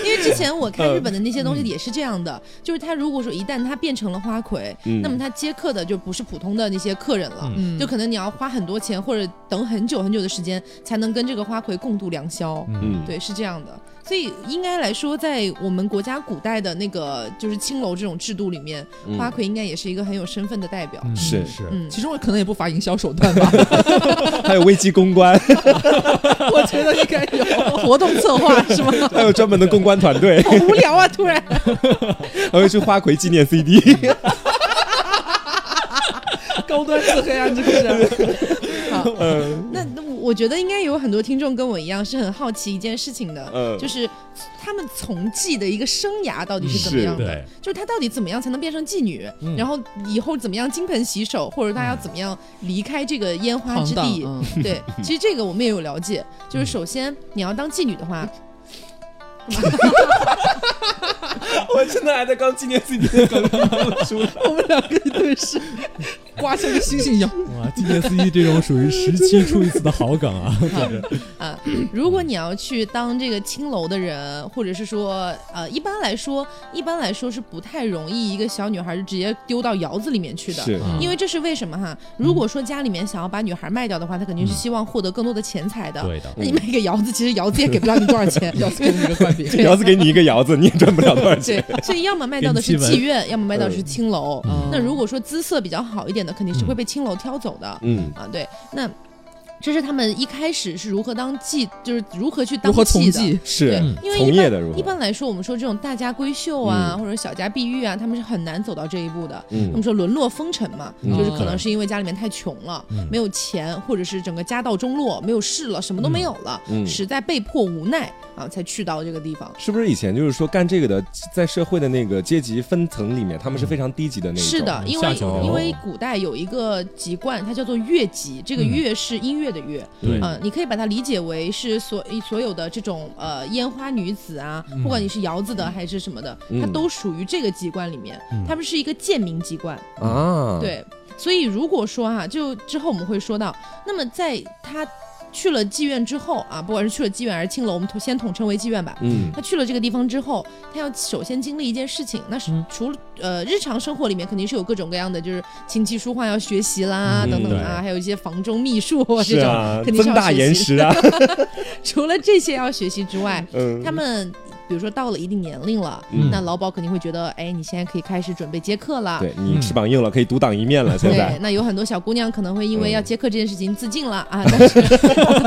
S1: 因为之前我看日本的那些东西也是这样的，就是他如果说一旦他变成了花魁，
S2: 嗯
S1: 那么他接客的就不是普通的那些客人了，
S3: 嗯
S1: 就可能你要花很多钱或者等很久很久的时间才能跟这个花魁共度良宵。
S2: 嗯，
S1: 对，是这样的，所以应该来说，在我们国家古代的那个就是青楼这种制度里面，
S2: 嗯
S1: 花魁应该也是一个很有身份的代表。
S4: 嗯
S2: 是
S4: 是，
S1: 嗯，
S3: 其中可能也不乏营销手段吧，
S2: 还有危机公关， [LAUGHS]
S3: 我觉得应该有。
S1: [LAUGHS] 活动策划是吗？ [LAUGHS]
S2: 还有专门的公关团队， [LAUGHS]
S1: 好无聊啊！突然，
S2: 还会去花魁纪念
S1: [LAUGHS]
S2: CD。
S3: 高端自黑啊暗之故
S1: [LAUGHS]
S3: 事。
S1: 那那我我觉得应该有很多听众跟我一样是很好奇一件事情的，
S2: 嗯
S1: 就是他们从妓的一个生涯到底是怎么样的？
S4: 对，
S1: 就是她到底怎么样才能变成妓女，
S4: 嗯
S1: 然后以后怎么样金盆洗手，或者她要怎么样离开这个烟花之地？
S3: 嗯
S1: 对，其实这个我们也有了解，就是首先你要当妓女的话，
S2: 我真的还在刚纪念 CD 的刚刚出来，
S3: 我们两个一对视，刮像个星星一样。
S4: 哇，今年司机这种属于十七出一次的好梗 [LAUGHS] 啊！
S1: 啊，如果你要去当这个青楼的人，或者是说，呃，一般来说，一般来说是不太容易一个小女孩就直接丢到窑子里面去的。
S2: 是
S4: 啊
S1: 嗯因为这 [LAUGHS] 是为什么哈？如果说家里面想要把女孩卖掉的话，他肯定是希望获得更多的钱财的。
S4: 对的，
S1: 那你卖给窑子，其实窑子也给不了你多少
S3: [LAUGHS]
S1: 钱。
S3: 要给你一个灌饼，
S2: 窑子给你一个窑子，你也赚不了多少钱。
S1: 对，所以要么卖到的是
S4: 给你气
S1: 妓院，要么卖到的是青楼。
S3: [LAUGHS] 嗯
S1: [LAUGHS] 那如果说姿色比较好一点的，肯定是会被青楼挑走的。
S2: 嗯，
S1: 啊，对，那这是他们一开始是如何当妓，就是如何去当
S3: [LAUGHS] 如何从
S1: 妓的。
S3: 妓？
S2: 是
S1: 对，因为
S2: 从
S1: 一
S2: 业
S1: 般
S2: 的如何？
S1: 一般来说，我们说这种大家闺秀啊，
S2: 嗯
S1: 或者小家碧玉啊，他们是很难走到这一步的。他
S2: 嗯
S1: 们说沦落风尘嘛，
S2: 嗯
S1: 就是可能是因为家里面太穷了，没有钱，或者是整个家道中落，没有势了，什么都没有了，
S2: 嗯，
S1: 实在被迫无奈啊，才去到这个地方。
S2: 是不是以前就是说干这个的，在社会的那个阶级分层里面，他们是非常低级的那一种。
S1: 嗯是的，因
S4: 下
S1: 为
S4: 九流
S1: 因为古代有一个籍贯，它叫做乐籍，这个
S4: 嗯
S1: 乐是音乐的乐，
S4: 对，
S1: 嗯，你可以把它理解为是所所有的这种呃烟花女子啊，
S4: 嗯
S1: 不管你是窑子的还是什么的，
S2: 嗯
S1: 它都属于这个籍贯里面
S4: 嗯，
S1: 他们是一个贱民籍贯，
S2: 啊，，
S1: 对。所以如果说哈、就之后我们会说到，那么在他去了妓院之后啊，不管是去了妓院还是青楼，我们统先统称为妓院吧。
S2: 嗯
S1: 他去了这个地方之后，他要首先经历一件事情，那是
S4: 嗯
S1: 除了、呃日常生活里面肯定是有各种各样的，就是琴棋书画要学习啦，
S4: 嗯
S1: 等等啊，
S4: 对
S1: 还有一些房中秘术啊
S2: 是
S1: 这种。
S2: 啊，
S1: 肯定是
S2: 增
S1: 要
S2: 大
S1: 学
S2: 岩
S1: 习
S2: 石
S1: [LAUGHS]
S2: 啊，
S1: 除了这些要学习之外，
S2: 嗯，
S1: 他们比如说到了一定年龄了，
S2: 嗯
S1: 那老鸨肯定会觉得，哎，你现在可以开始准备接客了。
S2: 对你翅膀硬了，可以独当一面了。现在
S1: 对，那有很多小姑娘可能会因为
S2: 嗯
S1: 要接客这件事情自尽了
S2: [LAUGHS]
S1: 啊，但是， [LAUGHS]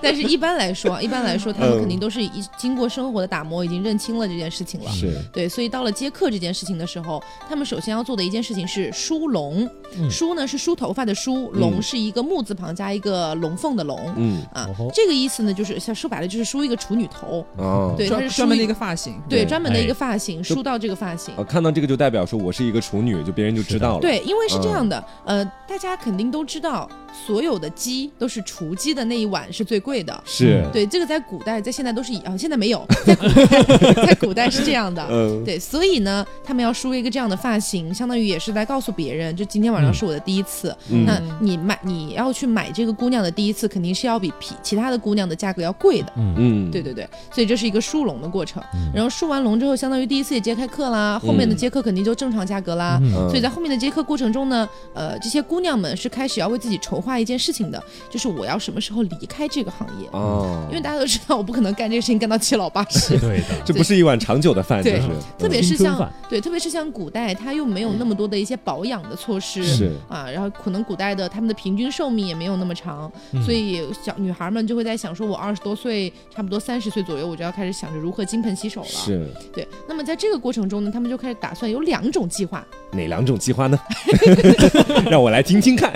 S1: 但是一般来说，啊一般来说，他们
S2: 嗯
S1: 肯定都是已经过生活的打磨，已经认清了这件事情了。
S2: 是
S1: 对，所以到了接客这件事情的时候，他们首先要做的一件事情是梳笼。
S4: 嗯
S1: 梳呢是梳头发的梳，
S2: 嗯
S1: 笼是一个木字旁加一个龙凤的龙。
S2: 嗯
S1: 啊
S4: 哦吼，
S1: 这个意思呢，就是像说白了就是梳一个处女头，
S2: 哦，
S1: 对，它
S3: 专
S1: 是
S3: 专门的一
S1: 个
S3: 个发型，
S1: 对
S2: 对
S1: 专门的一个
S4: 哎
S1: 发型，梳到这个发型
S2: 啊，。看到这个就代表说我是一个处女，就别人就知道了。，嗯
S1: 对，因为是这样的，呃，大家肯定都知道，所有的鸡都是雏鸡的那一碗是最贵的。
S2: 是，
S1: 嗯对，这个在古代，在现在都是一啊，现在没有， [LAUGHS] 在古代， [LAUGHS] 在古代是这样的。
S2: 嗯，
S1: 对，所以呢，他们要梳一个这样的发型，相当于也是在告诉别人，就今天晚上是我的第一次。
S2: 嗯
S1: 那你买，你要去买这个姑娘的第一次，肯定是要比其其他的姑娘的价格要贵的。
S4: 嗯，
S2: 嗯，
S1: 对对对，所以这是一个梳笼的过程。
S4: 嗯
S1: 然后梳完笼之后，相当于第一次也接开课啦，后面的
S2: 嗯
S1: 接客肯定就正常价格啦。
S4: 嗯，
S2: 嗯，
S1: 所以在后面的接客过程中呢，呃，这些姑娘们是开始要为自己筹划一件事情的，就是我要什么时候离开这个行业，
S2: 哦，
S1: 因为大家都知道我不可能干这个事
S2: [LAUGHS]
S1: 情干到七老八十
S4: 对的，
S2: 这不是一碗长久的饭，就
S1: 对
S2: 是
S1: 特别
S2: 嗯
S1: 是
S4: 青春
S1: 像
S4: 饭
S1: 对，特别是像古代，它又没有那么多的一些保养的措施。
S2: 嗯是
S1: 啊，然后可能古代的他们的平均寿命也没有那么长，
S4: 嗯
S1: 所以小女孩们就会在想说，我二十多岁，差不多三十岁左右，我就要开始想着如何金盆洗手了。
S2: 是
S1: 对，那么在这个过程中呢，他们就开始打算有两种计划，
S2: 哪两种计划呢？ [LAUGHS] 让我来听听看。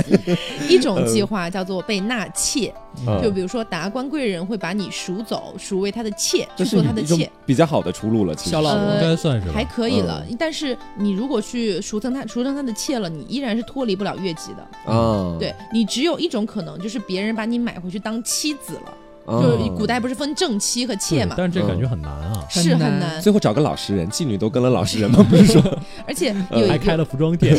S1: 一种计划叫做被纳妾，[LAUGHS]
S2: 嗯
S1: 就比如说达官贵人会把你赎走，赎为他的妾，
S2: 这
S1: 去
S2: 是
S1: 做他
S2: 一
S1: 的
S2: 一种
S1: 妾。
S2: 比较好的出路了，其实
S3: 小老
S1: 呃
S4: 应该算是吧
S1: 还可以了，但是你如果去赎成他赎成他的妾了，你依然是脱离不了越级的。
S2: 啊，
S1: 嗯对你只有一种可能，就是别人把你买回去当妻子了。
S2: 啊，
S1: 就是古代不是分正妻和妾
S4: 对
S1: 嘛，
S4: 但
S2: 嗯
S4: 是这感觉很难啊。
S1: 是
S3: 很
S1: 很
S3: 难
S1: 难。
S2: 哦最后找个老实人，妓女都跟了老实人吗？不是说
S1: 而且有
S4: 还
S1: 一
S4: 开
S1: 个，
S4: 了服装店，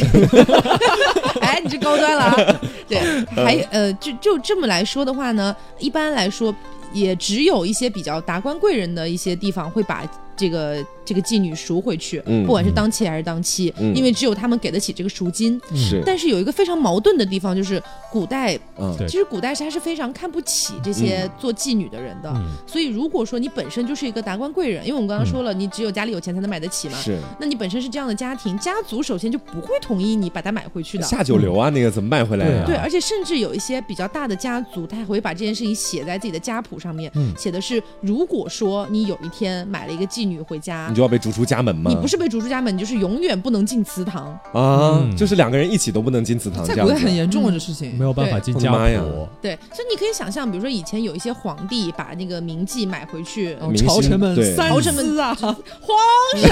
S2: [LAUGHS]
S1: 哎，你这高端了啊。对，
S2: 嗯
S1: 还有呃，就就这么来说的话呢，一般来说也只有一些比较达官贵人的一些地方会把。这个这个妓女赎回去，
S2: 嗯
S1: 不管是当妾还是当妻，
S2: 嗯
S1: 因为只有他们给得起这个赎金。
S4: 嗯
S2: 是，
S1: 但是有一个非常矛盾的地方，就是古代
S2: 嗯，
S4: 对
S1: 其实古代是他是非常看不起这些做妓女的人的。
S4: 嗯
S1: 所以如果说你本身就是一个达官贵人，因为我们刚刚说了，你只有家里有钱才能买得起嘛，
S2: 嗯是
S1: 那你本身是这样的家庭，家族首先就不会同意你把它买回去的。
S2: 下九流啊，那个怎么卖回来呀？
S4: 啊
S1: 对，而啊且甚至有一些比较大的家族，他还会把这件事情写在自己的家谱上面，
S4: 嗯
S1: 写的是如果说你有一天买了一个妓女回家
S4: 嗯
S2: 你，就要被逐出家门吗？
S1: 你不是被逐出家门，你就是永远不能进祠堂。
S2: 啊，
S4: 嗯
S2: 就是两个人一起都不能进祠堂，
S3: 在
S2: 哦这样
S3: 古代
S2: 子
S3: 很严重啊，
S1: 嗯
S3: 这事情
S4: 没有办法进
S2: 我的
S4: 家
S2: 妈呀
S4: 谱，
S1: 对，所以你可以想象，比如说以前有一些皇帝把那个名妓买回去，
S3: 哦
S4: 嗯
S2: 明星
S3: 朝臣们
S2: 对
S3: 三
S1: 朝臣们 [LAUGHS]
S3: 思啊，
S1: 皇上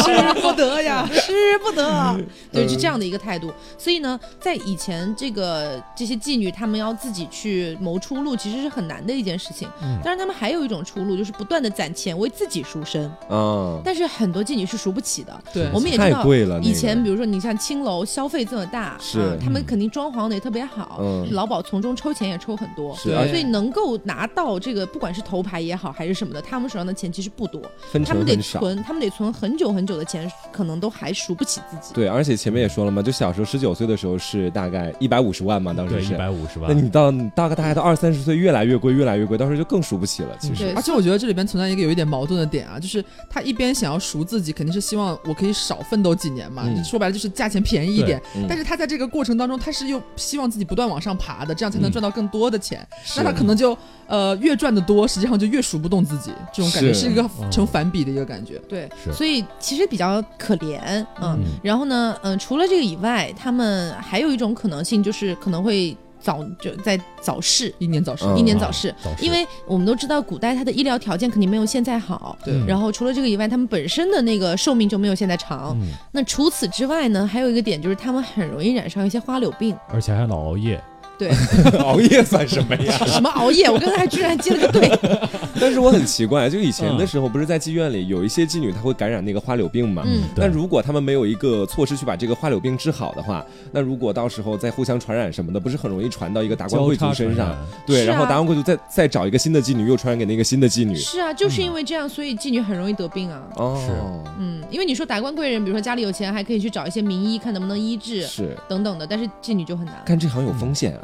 S3: 使不得呀。
S1: 吃不
S4: [LAUGHS]
S1: 得，
S4: 嗯
S1: 对，是这样的一个态度。所以呢，在以前这个这些妓女，她们要自己去谋出路，其实是很难的一件事情。
S4: 嗯
S1: 当然，她们还有一种出路，就是不断的攒钱为自己赎身。
S2: 啊啊，
S1: 但是很多妓女是赎不起的。
S3: [LAUGHS] 对
S1: 我们也知
S2: 太
S1: 道
S2: 贵啊了，那个
S1: 以前比如说你像青楼消费这么大，
S2: 是
S1: 啊他们肯定装潢的也特别好，
S2: 嗯
S1: 劳保从中抽钱也抽很多。
S2: 是
S3: 对
S2: 而
S1: 所以能够拿到这个，不管是头牌也好，还是什么的，他们手上的钱其实不多，
S2: 分
S1: 他们
S2: 成
S1: 得
S2: 很少。
S1: 存，他们得存很久很久的钱，可能都还赎不起自己。
S2: 对，而且前面也说了嘛，就小时候十九岁的时候是大概一百五十万嘛，当时
S4: 对，一
S2: 是。
S4: 百五十万
S2: 那。你到你大概大概到二三十岁，越来越贵，越来越贵，到时候就更数不起了。其实，
S1: 嗯对
S3: 而且我觉得这里边存在一个有一点矛盾的点啊，就是他一边想要赎自己，肯定是希望我可以少奋斗几年嘛，
S2: 嗯
S3: 就说白了就是价钱便宜一点。
S2: 嗯
S3: 但是他在这个过程当中，他是又希望自己不断往上爬的，这样才能
S2: 嗯
S3: 赚到更多的钱。
S2: 是
S3: 那他可能就呃越赚的多，实际上就越数不动自己，这种感觉
S2: 是
S3: 是一个
S4: 哦
S3: 成反比的一个感觉。
S1: 对，
S4: 是
S1: 所以其实比较可怜，嗯。
S4: 嗯
S1: 然后呢，嗯、除了这个以外，他们还有一种可能性，就是可能会早就在早逝，
S3: 英年早逝，
S2: 嗯
S1: 英年早逝。
S4: 早逝
S1: 因为我们都知道，古代它的医疗条件肯定没有现在好。
S3: 对
S4: 嗯
S1: 然后除了这个以外，他们本身的那个寿命就没有现在长。
S4: 嗯，
S1: 那除此之外呢，还有一个点就是他们很容易染上一些花柳病。
S4: 而且还老熬夜，
S1: 对，
S2: [LAUGHS] 熬夜算什么呀？
S1: 什么熬夜，我刚才还居然接了个对。
S2: 但是我很奇怪，就以前的时候，不是在妓院里有一些妓女她会感染那个花柳病嘛？
S1: 嗯
S2: 那
S4: 对
S2: 如果他们没有一个措施去把这个花柳病治好的话，那如果到时候再互相传染什么的，不是很容易传到一个达官
S4: 交
S2: 贵
S4: 叉
S2: 族身
S4: 传
S2: 上？
S4: 染，
S2: 对，
S1: 是啊
S2: 然后达官贵族再再找一个新的妓女，又传染给那个新的妓女。
S1: [LAUGHS] 是啊，就是因为这样，所以妓女很容易得病啊。
S2: 哦，
S1: 嗯，因为你说达官贵人，比如说家里有钱，还可以去找一些名医看能不能医治
S2: 是。
S1: 等等的，但是妓女就很
S2: [LAUGHS]
S1: 难。
S2: 干这行有风险啊，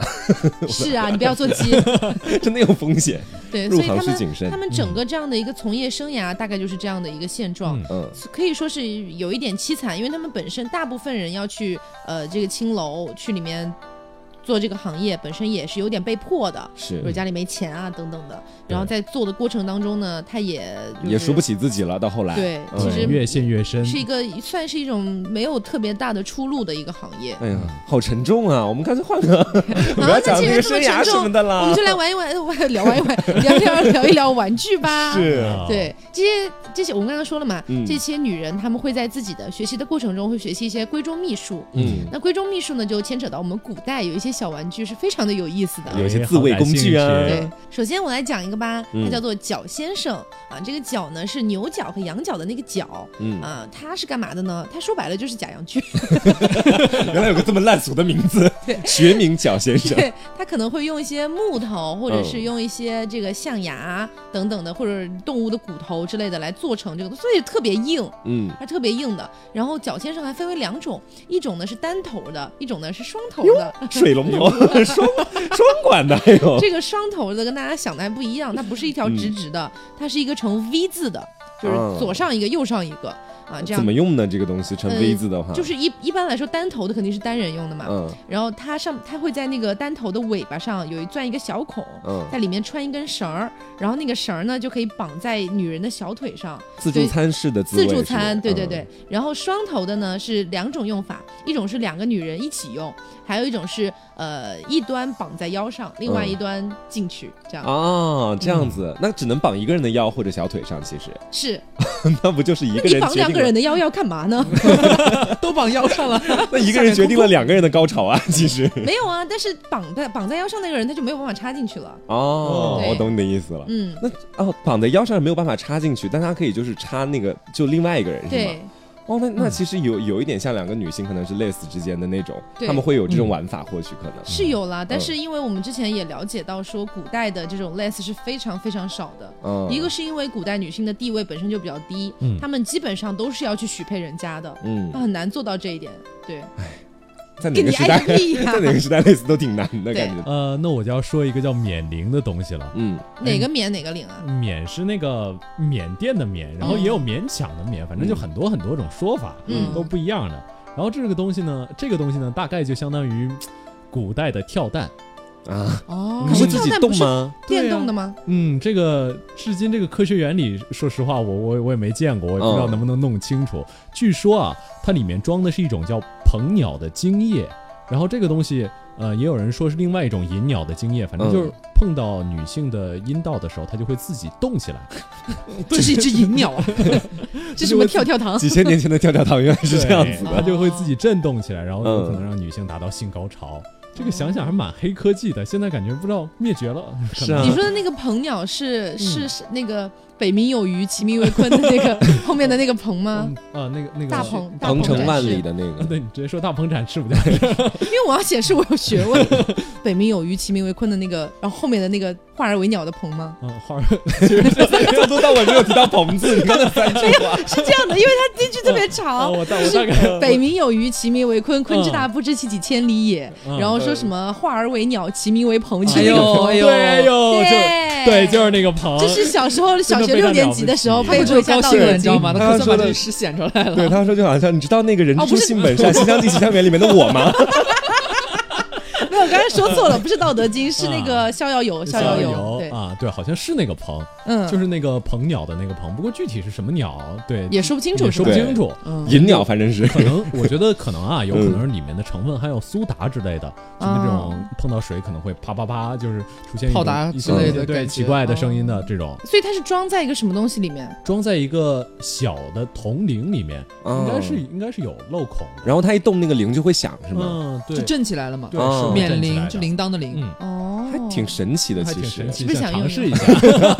S1: 是啊，你不要做鸡。
S2: [LAUGHS] 真的有风险。
S1: 对，
S2: 入
S1: 嗯哎所以他
S2: 行需
S1: 们
S2: 谨慎
S1: 他。们整个这样的一个从业生涯，大概就是这样的一个现状。
S4: 嗯
S2: 嗯，
S1: 可以说是有一点凄惨，因为他们本身大部分人要去呃这个青楼去里面做这个行业，本身也是有点被迫的，
S2: 是
S1: 比如，家里没钱啊等等的。
S4: 对
S1: 然后在做的过程当中呢，他也、就是、
S2: 也赎不起自己了。到后来，
S1: 对，
S2: 嗯
S1: 其
S4: 对
S1: 实
S4: 越陷越深，
S1: 是一个算是一种没有特别大的出路的一个行
S2: [LAUGHS]
S1: 业。
S2: 哎呀，好沉重啊！我们干脆换
S1: [LAUGHS]
S2: 个， [LAUGHS] 不要讲
S1: 啊那既
S2: 这
S1: 然这
S2: 个生
S1: 么
S2: 涯
S1: 沉
S2: 什么
S1: 重，
S2: 的
S1: 我
S2: 啦
S1: 们就。来玩一玩，玩聊玩一玩，聊聊聊一聊玩具吧。
S2: [LAUGHS] 是
S4: 啊
S1: 对这些这些，我们刚刚说了嘛，
S2: 嗯
S1: 这些女人她们会在自己的学习的过程中会学习一些闺中秘术。
S2: 嗯，
S1: 那闺中秘术呢，就牵扯到我们古代有一些小玩具是非常的有意思的。
S2: 有一些自卫工具啊
S4: 嗯哎好感兴
S1: 对，首先我来讲一个吧，
S2: 嗯
S1: 它叫做角先生、啊，这个角呢是牛角和羊角的那个角。
S2: 嗯，
S1: 啊，它是干嘛的呢？它说白了就是假洋
S2: [LAUGHS]
S1: 具，
S2: 原来有个这么烂俗的名字，学名角先生。
S1: 对，它可能会用一些木头，或者
S2: 嗯
S1: 是用一些这个象牙等等的，或者动物的骨头之类的来做成这个，所以特别硬。
S2: 嗯，
S1: 它特别硬的。然后角先生还分为两种，一种呢是单头的，一种呢是双头的。
S2: 水
S1: [LAUGHS]
S2: 龙头双双管的，哎呦，
S1: 这个双头的跟大家想的还不一样，它不是一
S2: 嗯
S1: 条直直的，它是一个呈 V 字的，就是
S2: 啊
S1: 左上一个，右上一个啊，这
S2: 怎
S1: 样
S2: 么。用呢？这个东西成
S1: 呃
S2: V 字的话，
S1: 就是一一般来说，单头的肯定是单人用的嘛。
S2: 嗯
S1: 然后它上，它会在那个单头的尾巴上有一钻一个小孔，
S2: 嗯，
S1: 在里面穿一根绳儿，然后那个绳儿呢就可以绑在女人的小腿上，
S2: 自助餐式的
S1: 自
S2: 卫
S1: 助
S2: 是
S1: 餐，
S2: 吧嗯
S1: 对对对。，然后双头的呢是两种用法，一种是两个女人一起用，还有一种是呃一端绑在腰上，另外
S2: 嗯
S1: 一端进去，这样、
S2: 啊，这样
S1: 嗯
S2: 子，那只能绑一个人的腰或者小腿上，其实
S1: 是。
S2: [LAUGHS] 那不就是一
S1: 嗯那
S2: 个
S1: 你
S2: 人
S1: 绑
S2: 决
S1: 两
S2: 定
S1: 个
S2: 了嗯
S1: 人，的腰要干嘛呢？
S3: [LAUGHS] 都绑腰上了，
S2: [LAUGHS] 那一个人决定了两个人的高潮啊，其实。
S1: [LAUGHS] 没有啊，但是绑在绑在腰上那个人他就没有办法插进去了。
S2: 哦，
S1: 对
S2: 我懂你的意思了。
S1: 嗯，
S2: 那哦，绑在腰上是没有办法插进去，但它可以就是插那个就另外一个人是吗？
S1: 对
S2: 哦，那
S1: 嗯
S2: 那其实有有一点像两个女性可能是类似之间的那种，
S1: 对
S2: 他们会有这种玩法，或许可能
S1: 是有
S2: 嗯
S1: 啦，但是因为我们之前也了解到说，古代的这种 less 是非常非常少的。
S2: 嗯，
S1: 一个是因为古代女性的地位本身就比较低，
S4: 嗯
S1: 她们基本上都是要去许配人家的，
S2: 嗯哎
S1: 她，很难做到这一点。对，
S2: 在哪
S1: 啊给
S2: 个
S1: 你
S2: 时
S1: 挨
S2: 代
S1: 个，屁呀、
S2: [LAUGHS] 在哪个时代类似都挺难的
S1: 对
S2: 感觉。
S4: 呃，那我就要说一个叫缅铃的东西了。
S2: 嗯，
S1: 哪个免哪个领啊？
S4: 缅是那个缅甸的缅，然后也有勉强的勉，反
S2: 嗯
S4: 正就很多很多种说法，
S1: 嗯
S4: 都不一样的。然后这个东西呢，这个东西呢，大概就相当于嘖古代的跳蛋。
S2: 啊，
S3: 哦
S1: 嗯可
S2: 会
S1: 是
S2: 自己
S1: 跳蛋
S2: 动
S1: 不是
S2: 吗？
S4: 对啊
S1: 电动的吗？
S4: 嗯，这个至今这个科学原理，说实话，我我我也没见过，我也不知道
S2: 嗯
S4: 能不能弄清楚。据说啊，它里面装的是一种叫鹏鸟的精液，然后这个东西，呃，也有人说是另外一种银鸟的精液，反正就是
S2: 嗯
S4: 碰到女性的阴道的时候，它就会自己动起来。
S3: 这是一只银鸟，
S1: 这什么跳跳糖？
S2: [LAUGHS] 几千 [LAUGHS] 年前的跳跳糖原来是这样子
S4: 对
S2: 的。
S4: 它就会自己震动起来，然后有可能
S2: 嗯
S4: 让女性达到性高潮。这个想想还蛮黑科技的，现在感觉不知道灭绝了。可
S2: 是啊
S4: 能
S1: 你说的那个鹏鸟是
S2: 嗯
S1: 是是那个北冥有鱼，其名为鲲的那个
S2: [LAUGHS]
S1: 后面的那个鹏吗
S4: 嗯？啊，那个那个
S1: 大鹏大
S2: 鹏
S1: 鹏
S2: 程
S1: 展
S2: 万
S1: 翅
S2: 里的那个
S4: [LAUGHS] 啊，，对你直接说大鹏展翅不就？
S2: [LAUGHS]
S1: 因为我要显示我有学问。北冥有鱼，其名为鲲的那个，然后后面的那个化而为鸟的鹏
S4: [LAUGHS]
S1: 吗？
S4: 嗯，花儿
S2: 这都但我没有提到鹏
S1: [LAUGHS]
S2: 字，你看那三句话，
S1: 是这样的，因为它这句特别
S4: 啊， [LAUGHS]
S1: 长。
S4: 我大
S1: 就
S4: 我
S1: 是
S4: 大概
S1: 北冥有鱼，其名为鲲。鲲之
S4: 嗯
S1: 大，不知其几千里也。
S4: 嗯
S1: 然后说什么化而为鸟，其名为鹏，就是
S3: 哎
S1: 那
S3: 呦
S1: 个鹏。
S3: 哎
S4: 对
S3: 呦
S4: 哎呦，就对，就是那个鹏，
S1: 这是小时候小
S4: 真的
S1: 学
S4: 非
S1: 六
S4: 常
S1: 年
S4: 了
S1: 级
S4: 不
S1: 的时候
S4: 起
S3: 他
S1: 背
S3: 们
S1: 过
S3: 就
S1: 一下
S3: 高
S1: 《道
S3: 兴
S1: 德
S3: 了，你知
S1: 经
S3: 道》。吗？
S2: 他
S3: 他算
S2: 说
S3: 把
S2: 的
S3: 这诗显出来了。
S2: 对，他说就好像你知道那个人
S1: 哦
S2: 之初
S1: 不是
S2: 性
S1: [LAUGHS]
S2: 本善，《西厢记》《西厢园》里面的我吗？
S1: 没有，我刚才说错了，不是《道德经》，是那个《逍遥游》。逍
S4: 逍遥
S1: 游，对，
S4: 啊，对，好像是那个鹏，
S1: 嗯，
S4: 就是那个鹏鸟的那个鹏，不过具体是什么鸟，对，
S1: 也说不清楚，
S4: 也
S1: 是
S4: 说
S1: 吧
S4: 不
S2: 吧
S4: 清楚。
S3: 嗯，
S2: [LAUGHS] 银鸟反正是，
S4: 可能我觉得可能啊，有可
S2: 嗯
S4: 能是里面的成分还有苏打之类的，就那种碰到水可能会啪啪啪，就是出现一
S3: 泡
S4: 种
S3: 打
S4: 一
S3: 之
S4: 些
S2: 类
S3: 的
S4: 对
S3: 感
S4: 奇
S3: 觉
S4: 怪的
S3: 哦
S4: 声音的这种，
S1: 所以它是装在一个什么东西里面？
S4: 装在一个小的铜铃里面，应该是
S2: 哦
S4: 应该是有漏孔的，
S2: 然后他一动那个铃就会响，是
S1: 哦
S2: 吗？
S4: 嗯，对
S3: 就，震起来了嘛，
S4: 对，
S2: 哦
S4: 是会
S3: 免
S4: 震起来
S3: 铃
S4: 的
S3: 就铃铛的铃。
S4: 嗯，
S1: 哦，
S2: 还挺。神奇的，
S4: 还
S2: 其
S4: 挺
S2: 实
S4: 神奇
S1: 是不
S4: 的，
S1: 是
S4: 想
S1: 想用
S4: 尝试一
S1: 用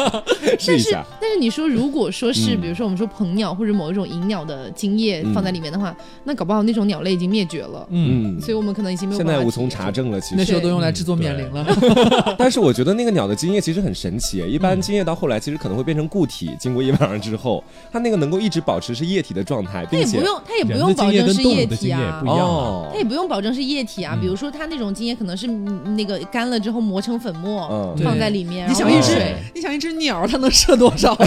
S4: 下。
S2: 试一
S1: 是
S2: 下，
S1: 但是你说，如果说是，
S2: 嗯
S1: 比如说我们说鹏鸟或者某一种银鸟的精液
S2: 嗯
S1: 放在里面的话，那搞不好那种鸟类已经灭绝了，
S4: 嗯，
S2: 嗯，
S1: 所以我们可能已经没有
S2: 现
S1: 办法
S2: 在
S1: 体验。
S2: 无从查证了，其
S3: 那
S2: 实。
S3: [LAUGHS] 时候都用来制作
S4: 对
S3: 免铃了，
S2: 但是我觉得那个鸟的精液其实很神奇，一般
S4: 嗯
S2: 精液到后来其实可能会变成固体，经过一晚上之后，它那个能够一直保持是液体的状态，
S1: 它
S2: 并
S1: 也
S2: 且
S1: 不用，它也不
S4: 人
S1: 用
S4: 的
S1: 保
S4: 精液
S1: 证
S4: 跟
S1: 是
S4: 动
S1: 液
S4: 物的
S1: 体
S4: 精液
S1: 啊
S4: 不一，样啊。
S2: 哦
S1: 它，也不用保证是液体啊。
S4: 嗯
S1: 比如说，它那种精液可能是嗯那个干了之后磨成粉末，
S2: 嗯
S1: 放
S3: 对
S1: 在里面，
S3: [LAUGHS] 你
S1: 然
S3: 想
S1: 后
S3: 一
S1: 用
S2: 哦
S3: 只
S1: 水，
S3: 你想一只鸟，它能射多
S2: [LAUGHS]
S3: 少 [LAUGHS] 呀？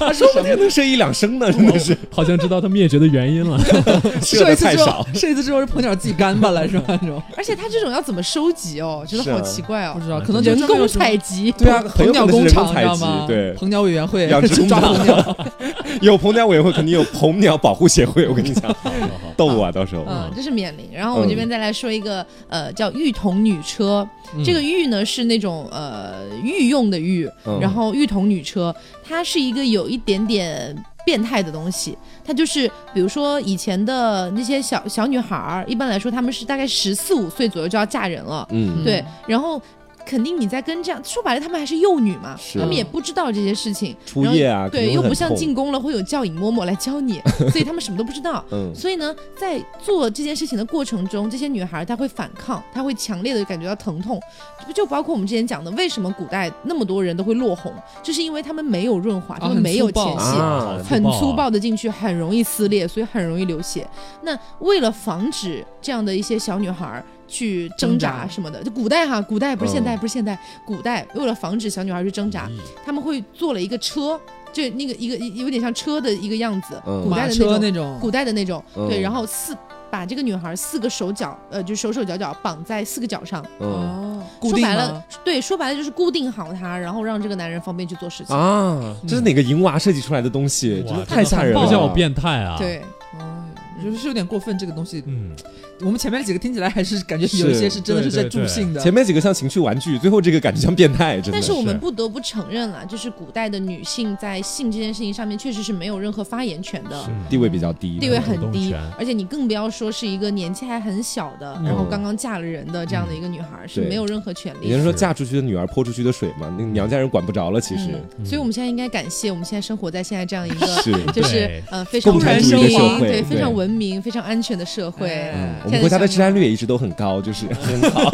S3: 它说不定
S2: 这能射一两升呢，真
S1: [LAUGHS]
S2: 的是
S4: 好像知道它灭绝的原因了。嗯
S2: 射
S3: 射一
S2: 的
S1: 啊
S3: 次
S2: 太
S1: [LAUGHS]
S3: 之
S2: 少
S3: 后，，射一次之后是鹏鸟自己干巴了，是吧？那种
S1: 而且它这种要怎么收集哦？觉
S2: 是
S1: 得
S2: 啊
S1: 好奇怪哦
S3: 不，知道，
S4: 嗯
S3: 可能就
S1: 人
S3: 真的
S1: 工
S3: 有什么
S1: 采集。
S2: 对 [LAUGHS] 啊，很
S3: 鹏
S2: 有
S3: 鸟
S2: 可能是人
S3: 工
S2: 工
S3: 厂，
S2: 采
S3: 知道
S2: 集
S3: 吗？，
S2: 对，
S3: 鹏鸟委员会
S2: 养殖工
S3: [LAUGHS] 抓
S2: 厂
S3: 鹏鸟，
S2: [LAUGHS] 有鹏鸟委员会，肯定有鹏鸟保护协会，我跟你
S1: [LAUGHS]
S2: 讲，
S4: 好好
S2: 逗我啊，到时候，
S1: 嗯，这是免铃。然后我这边再来说一个，呃，叫玉童女车。
S4: 嗯
S1: 这个玉呢是那种呃御用的玉，
S2: 嗯
S1: 然后玉童女车，它是一个有一点点。变态的东西，它就是比如说以前的那些小小女孩儿，一般来说她们是大概十四五岁左右就要嫁人了，
S2: 嗯，
S1: 对，然后肯定你在跟这样说白了，她们还是幼女嘛，
S2: 是
S1: 她们也不知道这些事情，
S2: 初夜啊，肯
S1: 对，
S2: 定
S1: 又
S2: 会
S1: 不
S2: 很
S1: 像
S2: 痛
S1: 进宫了会有教引嬷嬷来教你，所以她们什么都不知
S2: [LAUGHS]
S1: 道。
S2: 嗯
S1: 所以呢，在做这件事情的过程中，这些女孩她会反抗，她会强烈的感觉到疼痛，就就包括我们之前讲的，为什么古代那么多人都会落红，就是因为她们没有润滑，她们
S3: 很
S1: 没有
S3: 粗暴
S1: 前戏，
S2: 啊
S1: 很粗
S4: 啊。
S1: 暴的进去，很容易撕裂，所以很容易流血。那为了防止这样的一些小女孩儿去挣
S3: 挣
S1: 扎
S3: 扎
S1: 什么的，就古代哈，古代不是现代，
S2: 嗯
S1: 不是现代，古代为了防止小女孩去挣
S4: 嗯
S1: 扎，他们会做了一个车，就那个一个有点像车的一个样子，
S2: 嗯
S1: 古代
S3: 马
S1: 的
S3: 车
S1: 种
S3: 那种，哦
S1: 古代的那种，
S2: 嗯
S1: 对，然后四把这个女孩四个手脚，呃，就手手脚脚绑在四个脚上，
S2: 嗯
S3: 哦，固
S1: 说
S3: 定
S1: 白
S3: 吗
S1: 了？，对，说白了就是固定好她，然后让这个男人方便去做事情。
S2: 啊，这是哪个银娃设计出来的东西？
S4: 哇
S2: 真的
S4: 这
S2: 太
S3: 个
S2: 吓
S3: 很
S2: 人
S3: 暴
S2: 了，
S4: 不像我变态啊！，
S1: 对，嗯
S3: 哦，我觉得是有点过分，这个东西，
S4: 嗯，
S3: 我们前面几个听起来还是感觉有一些是真的是在助兴的。
S2: 前面几个像情趣玩具，最后这个感觉像变态，真的
S1: 但是我们
S4: 是
S1: 不得不承认了，就是古代的女性在性这件事情上面确实是没有任何发言权的，
S2: 地位比较低，嗯
S1: 地位
S4: 主
S1: 很
S4: 动
S1: 低
S4: 权，
S1: 而且你更不要说是一个年纪还很小的，
S4: 嗯
S1: 然后刚刚嫁了人的这样的一个女孩、是
S2: 对
S1: 没有任何权利
S2: 人家
S1: 的。
S2: 说
S4: 是
S2: 嫁出去的女儿泼出去的水嘛，那个娘家人管不着了，其实
S1: 嗯，所以我们现在应该感谢我们现在生活在现在这样一个
S2: [LAUGHS] 是。
S1: 就是
S4: 对
S1: 呃非常
S2: 共
S3: 产
S1: 文
S3: 主义的社
S1: 明，
S2: 会
S1: 对非常
S2: 对
S1: 文明、非常安全的社会。
S3: 哎
S2: 嗯我们国家的治安率也一直都很高，就是很好。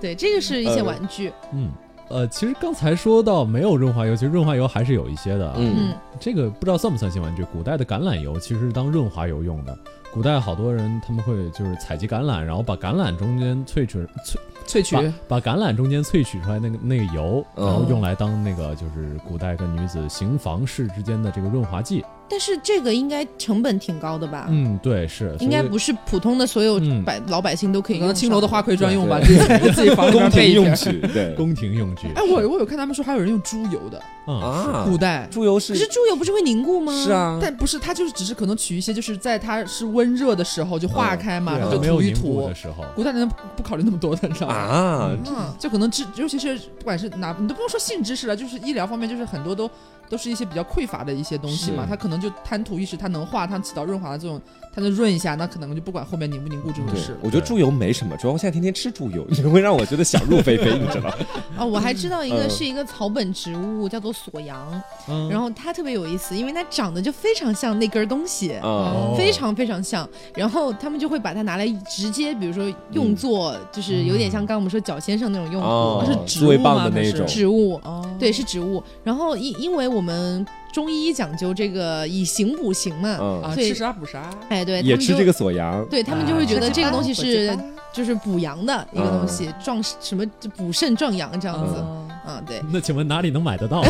S1: 对，这个是一些
S2: 呃
S1: 玩具，
S4: 嗯，呃，其实刚才说到没有润滑油，其实润滑油还是有一些的啊。
S2: 嗯
S1: 嗯，
S4: 这个不知道算不算性玩具？古代的橄榄油其实是当润滑油用的。古代好多人他们会就是采集橄榄，然后把橄榄中间萃取萃
S3: 萃取，
S4: 把把橄榄中间萃取出来那个那个油，
S2: 嗯
S4: 然后用来当那个就是古代跟女子行房事之间的这个润滑剂。
S1: 但是这个应该成本挺高的吧？
S4: 嗯，对，是
S1: 应该。不是普通的所有
S4: 嗯
S1: 百老百姓都可以
S3: 可
S1: 用
S3: 能
S1: 上。
S3: 青楼的花魁专用吧，
S2: 对
S3: 自
S2: [LAUGHS]
S3: 己自己房里
S2: 宫
S3: 边
S2: 廷
S3: 备一瓶
S2: 用。具，对
S4: 宫廷用具
S3: [LAUGHS] 哎，我我有看他们说还有人用猪油的，
S4: 嗯
S2: 啊，
S3: 古代，
S2: 猪油
S1: 可
S2: 是
S1: 是猪油不是会凝固吗？
S2: 是，啊，
S3: 但不是，它就是只是可能取一些，就是在它是温热的时候就化开嘛，
S2: 嗯
S3: 然
S2: 对啊
S3: 后就
S4: 没有
S3: 涂一
S4: 凝固
S3: 涂
S4: 的。时候，
S3: 古代人不考虑那么多的，你知道吗？ [LAUGHS]
S2: 啊，
S1: 嗯，
S3: 就可能知，尤其是不管是哪，你都不用说性知识了，就是医疗方面，就是很多都都是一些比较匮乏的一些东西嘛，
S2: 是
S3: 它可能就贪图一时，它能化，它起到润滑的作用，它就润一下，那可能就不管后面凝不凝固这种事
S2: 对
S3: 了，。
S2: 我觉得猪油没什么，主要我现在天天吃猪油，你会让我觉得想入非非，你知
S1: [LAUGHS]
S2: 道？
S1: 哦，我还知道一
S2: 嗯
S1: 个是一个草本植物，叫做锁阳，
S4: 嗯
S1: 然后它特别有意思，因为它长得就非常像那根儿东西，
S2: 啊，
S4: 哦
S1: 非常非常像。然后他们就会把它拿来直接，比如说用作，就是有点像刚刚我们说脚先生那种用途，
S2: 哦
S1: 是
S3: 植
S2: 作为
S3: 物
S2: 棒
S3: 吗
S2: 的
S3: 那
S2: 那
S3: 是
S2: 种，
S1: 植物。
S3: 哦，
S1: 对，是植物。然后因因为我们中医讲究这个以形补形嘛，
S2: 嗯，
S3: 啊，
S1: 对
S3: 吃啥补啥，
S1: 哎，哦对，
S2: 也
S1: 他们
S2: 吃
S1: 就
S2: 这个，锁阳，
S1: 对他们就会觉得这个东西是
S3: 火啊鸡巴
S1: 就是补阳的一个东西，
S2: 嗯
S1: 壮什么就补肾壮阳这样子。嗯
S3: 嗯
S1: 对
S4: 那请问哪里能买得到？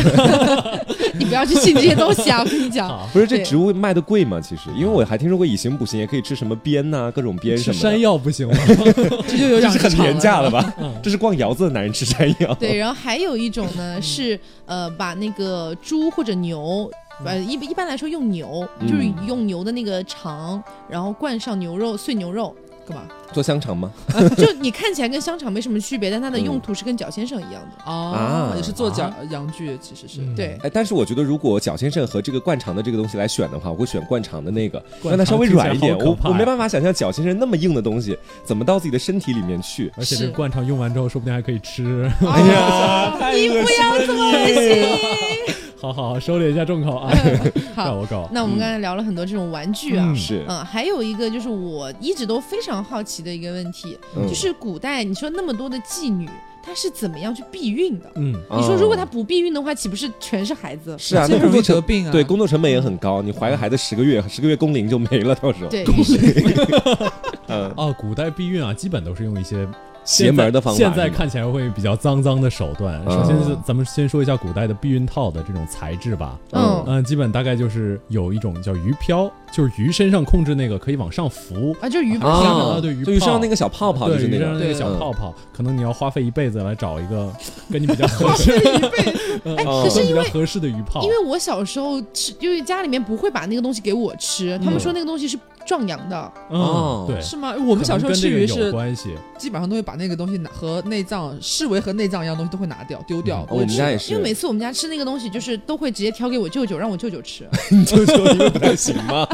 S1: 你不要去信这些东西啊！我跟你讲，
S4: 好
S2: 不是这
S1: 对
S2: 植物卖的贵吗？其实，因为我还听说过以形补形，也可以吃什么鞭呐、各种鞭
S4: 吃
S2: 什么
S4: 山
S2: 的，
S4: 药不行吗？
S3: 这就有
S2: 这
S3: 点
S2: 是很廉价了吧？
S4: 嗯
S2: 这是逛窑子的男人吃山药。
S1: 对，然后还有一种
S2: 嗯
S1: 呢是呃，把那个猪或者牛。呃，一一般来说用牛，就是
S2: 嗯
S1: 用牛的那个肠，然后灌上牛肉碎牛肉，干嘛？
S2: 做香肠吗？
S1: 就你看起来跟香肠没什么区别，但它的
S2: 嗯
S1: 用途是跟脚先生一样的。
S3: 哦
S2: 啊，
S3: 也是做
S4: 啊
S3: 羊羊具，其实是
S4: 嗯
S1: 对，
S2: 哎，但是我觉得如果绞先生和这个灌肠的这个东西来选的话，我会选灌肠的那个，
S4: 灌
S2: 让它稍微
S4: 肠听起来
S2: 软一点。
S4: 好
S2: 我
S4: 可怕
S2: 我
S4: 呀
S2: 没办法想象绞先生那么硬的东西怎么到自己的身体里面去。
S4: 而且这
S1: 是
S4: 灌肠用完之后，说不定还可以吃。 [LAUGHS]
S1: 哎呀，你不要这么恶心。
S4: 好好好，收敛一下
S1: [LAUGHS]
S4: 重口啊，让我搞。
S1: 那我们刚才聊了很多这种玩具啊，
S4: 嗯
S2: 是，
S1: 嗯，还有一个就是我一直都非常好奇的一个问题，
S2: 嗯
S1: 就是古代你说那么多的妓女，她是怎么样去避孕的？
S4: 嗯，
S1: 你说如果她
S2: 哦
S1: 不避孕的话，岂不是全是孩子？
S2: 是啊，
S3: 这
S2: 那
S3: 容
S2: 工
S3: 易
S2: 作成
S3: 得病啊。
S2: 对工作成本也很高，你怀个孩子十个月，十个月工龄就没了，到时候。
S1: 对，于是
S2: 嗯，
S4: 哦，古代避孕啊，基本都是用一些
S2: 邪门的方法是
S4: 现
S2: 吗。
S4: 在看起来会比较脏脏的手段。
S2: 嗯
S4: 首先是咱们先说一下古代的避孕套的这种材质吧。
S1: 嗯
S4: 嗯，基本大概就是有一种叫鱼漂，就是鱼身上控制那个可以往上浮。
S1: 啊，就是鱼泡
S4: 啊
S1: 嘛
S4: 啊对鱼
S2: 就鱼身
S4: 泡
S2: 上那个小泡泡，就
S4: 对，
S2: 是那
S4: 鱼身上
S2: 个
S4: 那个
S3: 对
S4: 小
S2: 嗯
S4: 泡泡，可能你要花费一辈子来找一个跟你比较合适、 [LAUGHS] 嗯
S1: 哎，
S2: 哦
S1: 可是
S4: 比
S1: 因
S4: 较
S1: 为。
S4: 合适的鱼泡
S1: 因。为我小时候吃，因为家里面不会把那个东西给我吃，他们
S2: 嗯
S1: 说那个东西是壮阳的，
S4: 嗯
S2: 哦，
S4: 对，
S3: 是吗？哎我们小时候
S4: 可能
S3: 吃
S4: 跟这
S3: 鱼
S4: 个
S3: 是
S4: 有
S2: [LAUGHS]
S4: 关系。
S3: 基本上都会把那个东西拿和内脏视为和内脏一样的东西都会拿掉丢掉
S2: 我
S4: 嗯。
S2: 们家也
S1: 因
S2: 是
S1: 为。每次我们家吃那个东西，就是都会直接挑给我舅舅，让我舅舅
S2: [LAUGHS]
S1: 吃。
S2: 你舅舅因为不太行吗？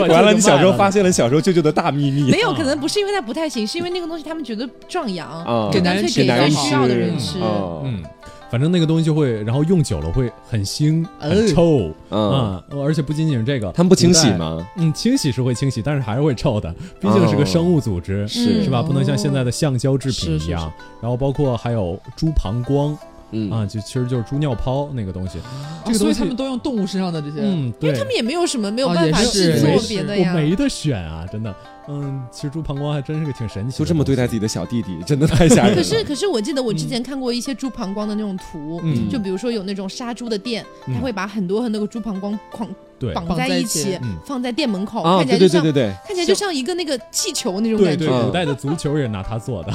S4: [LAUGHS]
S2: 完了，你小时候 [LAUGHS] 发现了小时候舅舅的大秘密
S1: 没有，可能不是因为它不太行，是因为那个东西他们觉得壮阳，
S2: 啊！
S3: 给
S1: 干
S3: 男人
S1: 脆
S3: 吃
S1: 给
S3: 给男人
S1: 需要的人
S4: 吃
S1: 吃。
S2: 哦
S4: 嗯，反正那个东西就会，然后用久了会很腥、很
S3: 呃
S4: 臭
S2: 嗯，
S4: 啊、而且不仅仅是这个，
S2: 他们不清洗
S4: 古代？
S2: 吗？
S4: 嗯，清洗是会清洗，但是还是会臭的，毕竟是个生物组织，
S1: 嗯
S4: 是吧？不能像现在的橡胶制
S3: 是
S4: 品
S3: 是
S4: 一样。然后包括还有猪膀胱
S2: 嗯
S4: 啊，就其实就是猪尿泡那个东西。这个
S3: 哦所
S4: 东
S3: 以
S4: 西
S3: 他们都用动物身上的这些。
S4: 嗯，对，
S1: 他们也没有什么没有
S3: 哦
S1: 办法
S3: 也是
S1: 制
S4: 也
S1: 作
S4: 是
S1: 别的
S4: 我
S1: 呀。
S4: 没得选啊，真的。嗯，其实猪膀胱还真是个挺神奇的。
S2: 就这么对待自己。的小弟 [LAUGHS] 弟，真的太吓人了。
S1: 可是可是我记得我之前看过一些猪膀胱的那种图，
S4: 嗯
S1: 就比如说有那种杀猪的店，
S4: 嗯
S1: 他会把很多很多个猪膀胱绑
S4: 对
S1: 绑
S3: 绑在
S1: 一
S3: 一起
S1: 起
S4: 嗯，
S1: 放在店门口，
S2: 啊，
S1: 看起
S2: 对
S1: 来就
S2: 对对对
S1: 像
S2: 对，
S1: 看起来就像一个那个气球那种
S4: 对
S1: 感觉
S4: 对，。
S2: 嗯
S4: 古代的足球也拿它做的。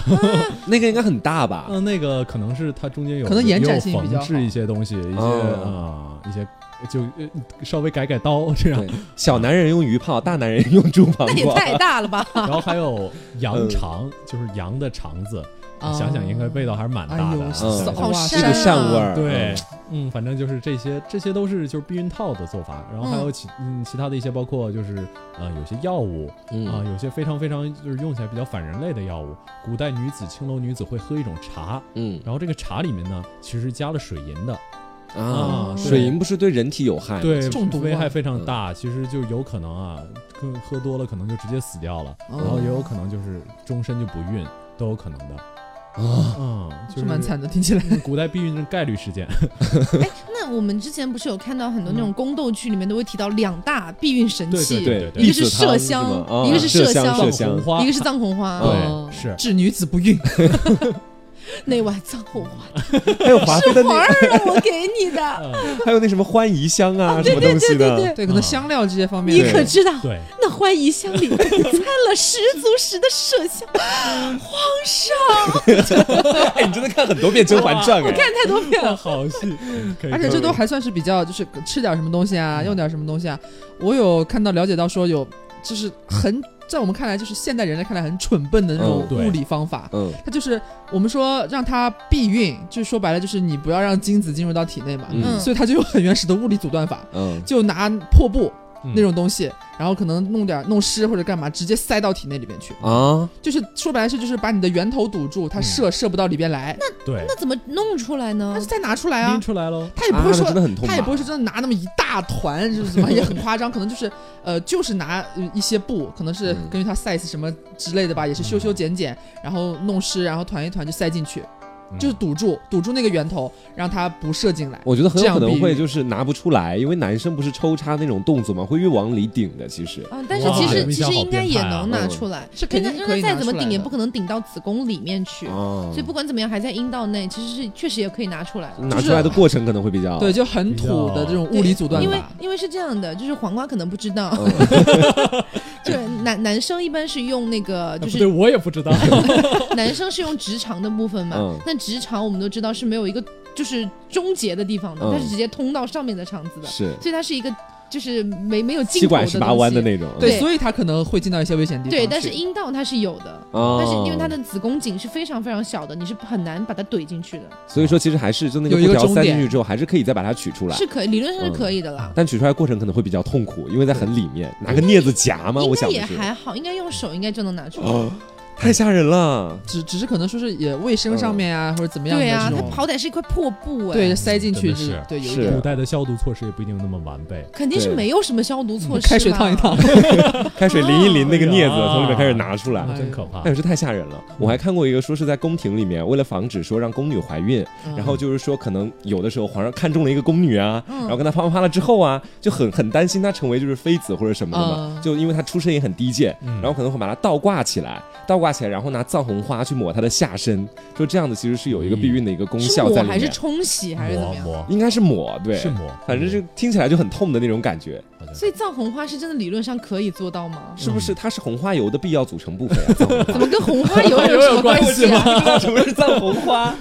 S2: 那个应该很大吧？
S4: [LAUGHS] 嗯，那个可能是它中间有
S3: 可能延展性
S4: 也有
S3: 比较
S4: 缝制
S3: 好
S4: 一些东西，一些
S2: 哦
S4: 啊、一些就呃稍微改改刀这样
S2: 对。小男人用鱼泡，大男人用猪膀
S1: 那也
S2: 胱。
S1: 太大了吧！
S4: [LAUGHS] 然后还有羊
S2: 嗯
S4: 肠，就是羊的肠子，
S3: 啊
S4: 嗯想想应该味道还是蛮大
S3: 哎
S4: 的
S3: 呦，
S4: 啊。
S2: 嗯
S3: 骚
S1: 好
S3: 哇
S2: 是
S1: 膻
S2: 个
S1: 啊
S2: 膻味儿，
S4: 对，嗯，反正就是这些，这些都是就是避孕套的做法，然后还有其嗯其他的一些，包括就是呃有些药物
S2: 嗯，
S4: 啊、
S2: 嗯，
S4: 有些非常非常就是用起来比较反人类的药物。古代女子青楼女子会喝一种茶，
S2: 嗯
S4: 然后这个茶里面呢其实加了水银的，
S2: 啊
S4: 啊，对
S2: 水银不是对人体有害？
S4: 对，
S3: 中毒
S4: 危
S3: 啊
S4: 害非
S2: 嗯
S4: 常大，其实就有可能啊，更喝多了可能就直接死掉了，
S3: 哦
S4: 然后也有可能就是终身就不孕，都有可能的。
S2: 啊，
S4: 嗯，就是
S3: 是蛮惨的，听起来。
S4: 嗯。古代避孕的概率事件，
S2: [LAUGHS]
S1: 哎，那我们之前不是有看到很多那种宫斗剧里面都会提到两大避孕神
S4: 对
S1: 器，
S4: 对
S2: 对，
S4: 对
S1: 一个是
S2: 栗子汤
S1: 麝
S2: 是
S1: 香
S2: 吗啊
S1: 一个是麝
S2: 香，
S1: 香
S2: 麝
S4: 藏红
S2: 香，
S4: 花
S1: 一个是藏红花，
S3: 哦 [LAUGHS]
S4: 对是嗯
S3: 致女子不孕，
S1: 那碗藏红花
S2: 还有华妃的
S1: 是皇
S2: 那，
S1: 儿让我给你
S4: [LAUGHS]
S1: 的，
S4: 嗯
S2: 还有那什么欢宜香啊，什么东西
S1: [LAUGHS] 对
S2: 的，
S1: 对对，
S3: 对，可能香料这些方面，
S1: 你可知道
S4: 对，
S1: 那欢宜香里掺了十足十的麝香，皇上
S2: 哎，你真的看很多遍《甄嬛传》哎，
S1: 看太多遍
S4: 哇 [LAUGHS]
S1: 了。
S4: 好戏，可以
S3: 而且这
S4: 说
S3: 都还算是比较，就是
S4: 嗯
S3: 吃点什么东西啊，用点什么东西啊。我有看到了解到说有，就是很在我们看来就是现代人来看来很蠢笨的那种
S2: 嗯
S4: 对
S3: 物理方法。
S2: 嗯
S3: 它就是我们说让它避孕，就说白了就是你不要让精子进入到体内嘛，
S1: 嗯
S3: 所以它就有很原始的物理阻断法，
S2: 嗯
S3: 就拿破布
S4: 嗯
S3: 那种东西，然后可能弄点弄湿或者干嘛，直接塞到体内里面去，
S2: 啊，
S3: 就是说白了是就是把你的源头堵住，
S2: 嗯
S3: 它射、射不到里边来，
S4: 对，
S1: 那怎么弄出来呢
S3: 但是？再拿出来啊
S4: 拎，出来喽。
S3: 他也不会
S2: 啊
S3: 说
S2: 那真的很痛吧，
S3: 他也不会说真的拿那么一大
S2: [LAUGHS]
S3: 团，就是什么也很夸张，可能就是呃，就是拿呃一些布，可能是
S2: 嗯
S3: 根据它 size 什么之类的吧，也是修修剪剪，然后弄湿，然后团一团就塞进去，
S4: 嗯
S3: 就是堵住堵住那个源头，让它不射进来。
S2: 我觉得很有可
S3: 这样
S2: 能
S3: 比喻
S2: 会就是拿不出来，因为男生不是抽插那种动作嘛，会越往里顶的。其实，
S1: 啊， [LAUGHS] 但是
S4: 哇
S1: 其实
S4: 冰
S1: 其
S4: 箱
S1: 实
S4: 好
S1: 应该
S4: 变
S1: 也
S4: 态啊
S1: 能拿
S2: 嗯
S1: 出来，
S3: 是肯
S1: 那
S3: 定
S1: 让
S3: 可
S1: 它
S3: 以
S1: 再
S3: 拿
S1: 怎么
S3: 出来
S1: 顶也
S3: 的
S1: 不可能顶到子宫里面去，
S2: 哦
S1: 所以不管怎么样还在阴道内，其实是确实也可以拿出来的。
S2: 拿出来的过程可能会比较
S3: 对，就很土的这种物理阻断
S1: 因为
S3: 法。
S1: 因为是这样的，就是黄瓜可能不知道，
S2: 嗯
S1: [LAUGHS] 就是男男生一般是用那个
S4: 哎
S1: 就
S4: 不
S1: 是
S4: 对，我也不
S2: [LAUGHS]
S4: 知道。
S1: [LAUGHS] 男生是用直肠的部分嘛
S2: 嗯，
S1: 但直肠我们都知道是没有一个就是终结的地方的，
S2: 嗯
S1: 它是直接通到上面的肠子的，
S2: 是
S1: 所以它是一个就是没没有尽
S2: 七
S1: 头的
S2: 拐十八弯的
S1: 东西。
S2: 那种。
S1: 对
S3: 所以它可能会进到一些危险地方去。
S1: 对，但是阴道它是有的，
S2: 哦
S1: 但是因为它，的子宫颈是非常非常小的，你是很难把它怼进去的，
S2: 所以说其实还是就那个
S3: 有一
S2: 布
S3: 个
S2: 条
S3: 终
S2: 塞
S3: 点
S2: 进去之后，还是可以再把它取出来。
S1: 是可以理论上
S2: 嗯
S1: 是可以的啦。
S2: 但取出来过程可能会比较痛苦，因为在很里面，拿个镊子夹吗？
S1: 应
S2: 我
S1: 该
S2: 想
S1: 也
S2: 的是。
S1: 还好，应该用手应该就能拿出来。
S2: 哦，太吓人了！
S3: 只只是可能说是也卫生上面啊，或者怎么样的
S1: 对呀，
S3: 这
S1: 它
S3: 种，
S1: 好歹是一块破布哎，
S3: 对，塞进去
S4: 真的是
S3: 对有一
S2: 是
S3: 点
S4: 古代的消毒措施也不一定那么完备。
S1: 肯定是
S2: 对
S1: 没有什么消毒措施。
S3: 开水烫一烫。，
S2: 开水淋一淋那个镊子，
S4: 啊
S2: 从里面开始拿出来。
S4: 那真可怕
S2: 哎，！是太吓人了！我还看过一个，说是在宫廷里面，为了防止说让宫女怀孕，
S3: 嗯
S2: 然后就是说可能有的时候皇上看中了一个宫女啊，
S1: 嗯
S2: 然后跟她啪啪啪了之后啊，就很很担心她成为就是妃子或者什么的嘛，
S3: 嗯
S2: 就因为她出身也很低贱，
S4: 嗯
S2: 然后可能会把她倒挂起来，倒挂起来，然后拿藏红花去抹她的下身，说这样子其实是有一个避孕的一个功
S1: 是
S2: 效在
S1: 抹
S2: 里
S1: 还是
S2: 面，哦
S1: 冲洗还是怎么
S4: 磨
S1: 样？
S4: 磨
S2: 应该是抹，对，
S4: 啊是磨，
S2: 反正就听起来就很痛的那种感觉，
S4: 好像嗯
S1: 所以藏红花是真的理论上可以做到吗？
S2: 是不是？它是红花油的必要组成部分啊藏 [LAUGHS] 红花
S1: 怎么跟红花油
S4: [LAUGHS]
S1: 有
S4: 有
S1: 什么
S4: 关
S1: [LAUGHS] 系
S4: 系
S1: 啊？
S2: 不知道什么是藏红花，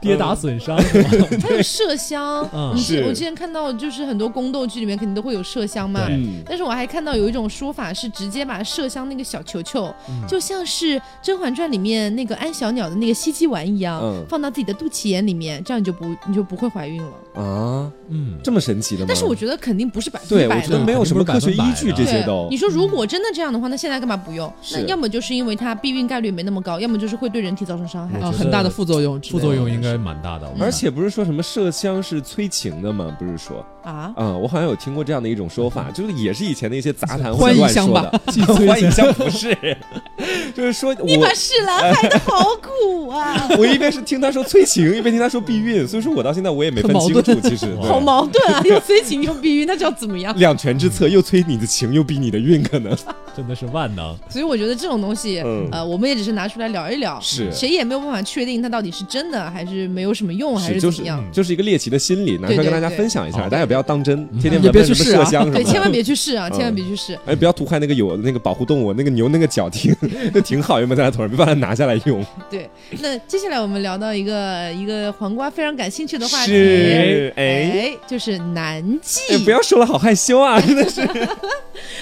S4: 跌打损伤，
S1: 它有麝香，
S4: 嗯
S1: 你记
S2: 是
S1: 我之前看到就是很多宫斗剧里面肯定都会有麝香嘛。
S4: 对
S2: 嗯，
S1: 但是我还看到有一种说法是直接把麝香那个小球球，
S4: 嗯
S1: 就像是《甄嬛传》里面那个安小鸟的那个吸鸡丸一样，
S2: 嗯
S1: 放到自己的肚脐眼里面，这样你就不你就不会怀孕了。
S2: 啊，
S4: 嗯，
S2: 这么神奇的吗？
S1: 但是我觉得肯定不是百分
S2: 对，
S1: 之
S2: 我
S1: 百
S2: 觉
S1: 的
S2: 得。没有什么科学依据，这
S1: 对
S2: 些，都
S1: 你。说如果真的这样的话，那现在干嘛不用？那
S2: 是
S1: 要么就是因为它避孕概率没那么高，要么就是会对人体造成伤害。
S4: 我
S3: 啊
S4: 觉
S3: 很
S4: 得
S3: 大的副作用之类
S4: 副
S3: 的，啊
S4: 作用应该蛮大
S1: 嗯
S4: 的。我
S2: 而且不是说什么麝香是催情的吗？不是说
S1: 啊，
S2: 啊、我好像有听过这样的一种说
S1: 嗯
S2: 法，就是也是以前的一些杂谈
S3: 欢
S2: 会
S3: 宜
S2: 乱
S3: 香
S2: 说
S3: 吧
S2: 的。
S4: 既
S2: [LAUGHS]
S4: 催
S2: 欢
S4: 情
S2: 宜香不是， [LAUGHS] 就是说
S1: 你把
S2: 我
S1: 侍郎害得好苦啊，
S2: 我一边是听他说催情，一边听他说避孕，所以说我到现在我也没分
S3: 很矛
S2: 清
S3: 盾
S2: 楚，其实
S1: [LAUGHS]
S2: 对
S1: 好矛盾
S2: 嗯
S1: 啊！又催情又避孕，那叫怎么样？
S2: 两全之策，又催你的情，又避你的孕，可能
S4: 真的是万能，
S1: 所以我觉得这种东西，
S2: 嗯
S1: 呃，我们也只是拿出来聊一聊，
S2: 是
S1: 谁也没有办法确定它到底是真的还是没有什么用，还
S2: 是
S1: 怎
S2: 就
S1: 么
S2: 是
S1: 样。
S4: 嗯
S2: 就是一个猎奇的心理，拿出来跟大家分享一下，大
S4: 对
S2: 家也不要当真，
S1: 嗯
S2: 天天
S3: 也别
S2: 闻什
S3: 去
S2: 么
S3: 试啊
S2: 麝香什么
S1: 对，
S2: 的，
S1: 千万别去试啊，
S2: 嗯
S1: 千万别去试。
S2: 哎，不要涂坏那个有那个保护动物，那个牛那个角挺 [LAUGHS] 那挺好，原本在他头上，没把它拿下来用。
S1: 对，那接下来我们聊到一个一个黄瓜非常感兴趣的话题，
S2: 是，哎，
S1: 哎，就是男妓。
S2: 哎，不要说了，好害羞啊，真的是。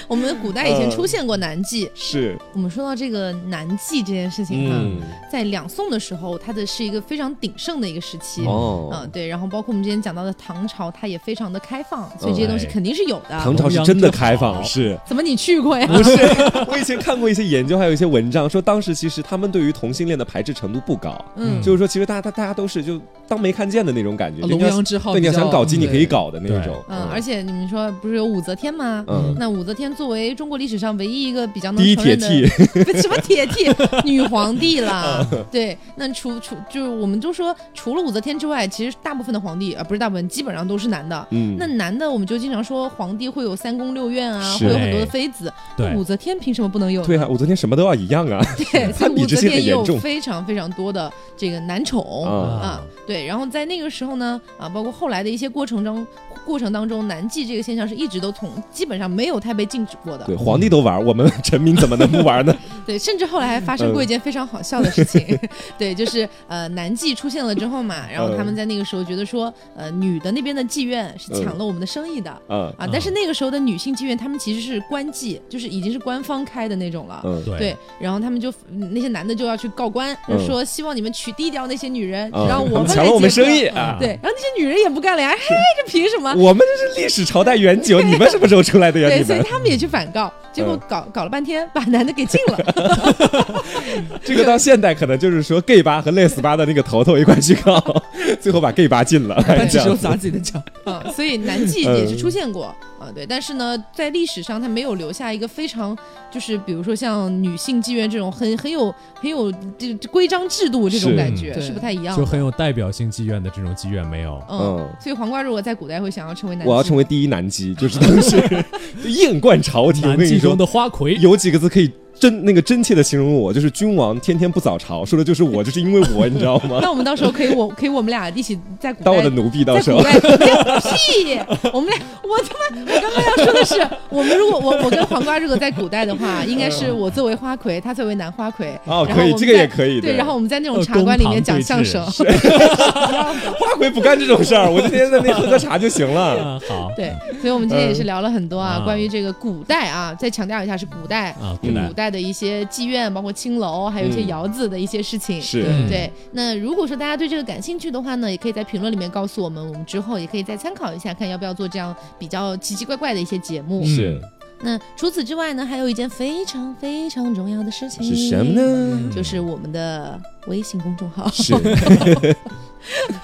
S1: 我们古代以前
S2: 嗯
S1: 出现过男妓。
S2: [LAUGHS] 是，
S1: 我们说到这个男妓这件事情哈、
S2: 嗯，
S1: 在两宋的时候，它的是一个非常鼎盛的一个时期。
S2: 哦
S1: 嗯，，对，然后包括我们之前讲到的唐朝，它也非常的开放，所以这些
S2: 嗯
S1: 东西
S4: 哎
S1: 肯定是有的。
S2: 唐朝是真的开
S4: 弘
S2: 放，
S4: 扬正
S2: 是。
S1: 怎么你去过呀？
S2: [LAUGHS] 不是，我以前看过一些研究，还有一些文章，说当时其实他们对于同性恋的排斥程度不高，
S1: [LAUGHS] 嗯，
S2: 就是说其实大家大大家都是就当没看见的那种感觉。
S3: 啊
S2: 就
S3: 龙
S2: 你要
S3: 阳之好
S2: 对，
S3: 比
S2: 你
S3: 较，
S2: 要想搞基，你可以
S3: 对。
S2: 搞的那种。
S1: 嗯，而且你们说不是有武则天吗？
S2: 嗯，
S1: 那武则天作为中国历史上唯一一个比较能
S2: 第一
S1: 承
S2: 铁嗯
S1: 认的
S2: 剃
S1: [LAUGHS] 不什么
S2: [LAUGHS]
S1: 铁剃女皇帝啦， [LAUGHS] 对，那除除就是我们就说除了武则天之外，其实大部分的皇帝啊、呃不是大部分，基本上都是男的。
S2: 嗯，
S1: 那男的我们就经常说皇帝会有三宫六院啊，
S2: 是哎
S1: 会有很多的妃子。
S4: 对
S1: 那武则天凭什么不能有呢？
S2: 对啊，我昨天什么都要一样啊。
S1: 对，所以
S2: 比
S1: 武
S2: 这
S1: 则
S2: 些
S1: 天
S2: 很
S1: 也有
S2: 严重
S1: 非常非常多的这个男宠
S4: 嗯
S2: 啊
S1: 啊，对。然后在那个时候呢，啊，包括后来的一些过程中，过程当中，男妓这个现象是一直都从基本上没有太被禁止过的。
S2: 对，皇帝都玩，我们臣民怎么能不玩呢？
S1: 对，甚至后来还发生过
S2: 嗯
S1: 一件非常好笑的事情， [LAUGHS] 对，就是呃男妓出现了之后嘛，然后他
S2: 嗯
S1: 们在那个时候觉得说，呃女的那边的妓院是抢了我们的生意的。
S2: 嗯
S1: 啊，但是那个时候的女性妓院，他们其实是官妓，就是已经是官方开的那种了。
S2: 嗯
S4: 对
S1: 对，然后他们就嗯那些男的就要去告官，
S2: 嗯
S1: 就说希望你们取缔掉那些女人，
S2: 嗯，
S1: 让我
S2: 他
S1: 们
S2: 抢了我们
S1: 来接
S2: 生
S1: 管
S2: 意啊！
S1: 对，然后那些女人也不干了呀，嘿，这凭什么？
S2: 我们这是历史朝代远久，你们什么时候出来的呀？
S1: 啊 [LAUGHS] 对，
S2: 你
S1: 所以
S2: 们
S1: 他们也去反告，结果
S2: 嗯
S1: 搞搞了半天，把男的给禁 [LAUGHS] 了。
S2: 这个到现代可能就是说 gay 吧和类似吧的那个头头一块去搞， [LAUGHS] 最后把 gay 吧禁了。
S3: 但
S2: 这
S3: 只
S2: 样
S3: 有
S2: 子
S3: 砸自己的脚。
S1: 嗯，所以男妓也是出现过
S2: 嗯
S1: 啊，对，但是呢，在历史上他没有留下一个非常就是比如说像女性妓院这种很很有很有这这规章制度这种
S4: 是
S1: 感觉
S3: 对
S1: 是不太一样的，
S4: 就很有代表性妓院的这种妓院没有。
S1: 嗯
S2: 嗯。
S1: 所以黄瓜如果在古代会想要成为男妓，
S2: 我要成为第一男妓，就是
S1: [LAUGHS]
S2: 当时艳冠朝廷。我
S4: 南
S2: 跟你
S4: 妓
S2: 说
S4: 中，的花魁，
S2: 有几个字可以真那个真切的形容我，就是君王天天不早朝，说的就是我，就是因为我，你知道 [LAUGHS] 吗？
S1: 那我们到时候可以我可以我们俩一起在古代
S2: 当我的奴婢，到
S1: 在
S2: 时
S1: 古
S2: 候
S1: 代哎屁！我们俩，我他妈，我刚刚要说的是，我们如果我我跟黄瓜如果在古代的话，应该是我作为花魁，他作为男花魁。
S2: 哦，
S1: 然后
S2: 可以，
S1: 我们
S2: 这个
S1: 在
S2: 也可以。
S1: 对，然后我们在那种
S4: 呃
S1: 茶馆里面
S4: 公堂
S1: 讲
S4: 对
S1: 相
S4: 峙
S1: 声，
S2: 花魁不干这种事儿，我就天天在那喝喝茶就行了。
S4: 啊，好，
S1: [LAUGHS] 对，所以我们今天也是聊了很多啊，
S4: 嗯
S1: 关于这个古代啊，再强调一下是古代，
S4: 啊，
S1: 就
S4: 古代
S1: 古代的一些妓院，包括青楼，还有一些
S2: 嗯
S1: 窑子的一些事情。
S2: 是，
S4: 嗯
S1: 对，那如果说大家对这个感兴趣的话呢，也可以在评论里面告诉我们，我们之后也可以再参考一下，看要不要做这样比较奇奇怪怪的一些节目。
S4: 嗯
S2: 是
S1: 那除此之外呢，还有一件非常非常重要的事情
S2: 是什么？呢？
S1: 就是我们的微信公众号， [LAUGHS]
S2: 是，
S4: [LAUGHS]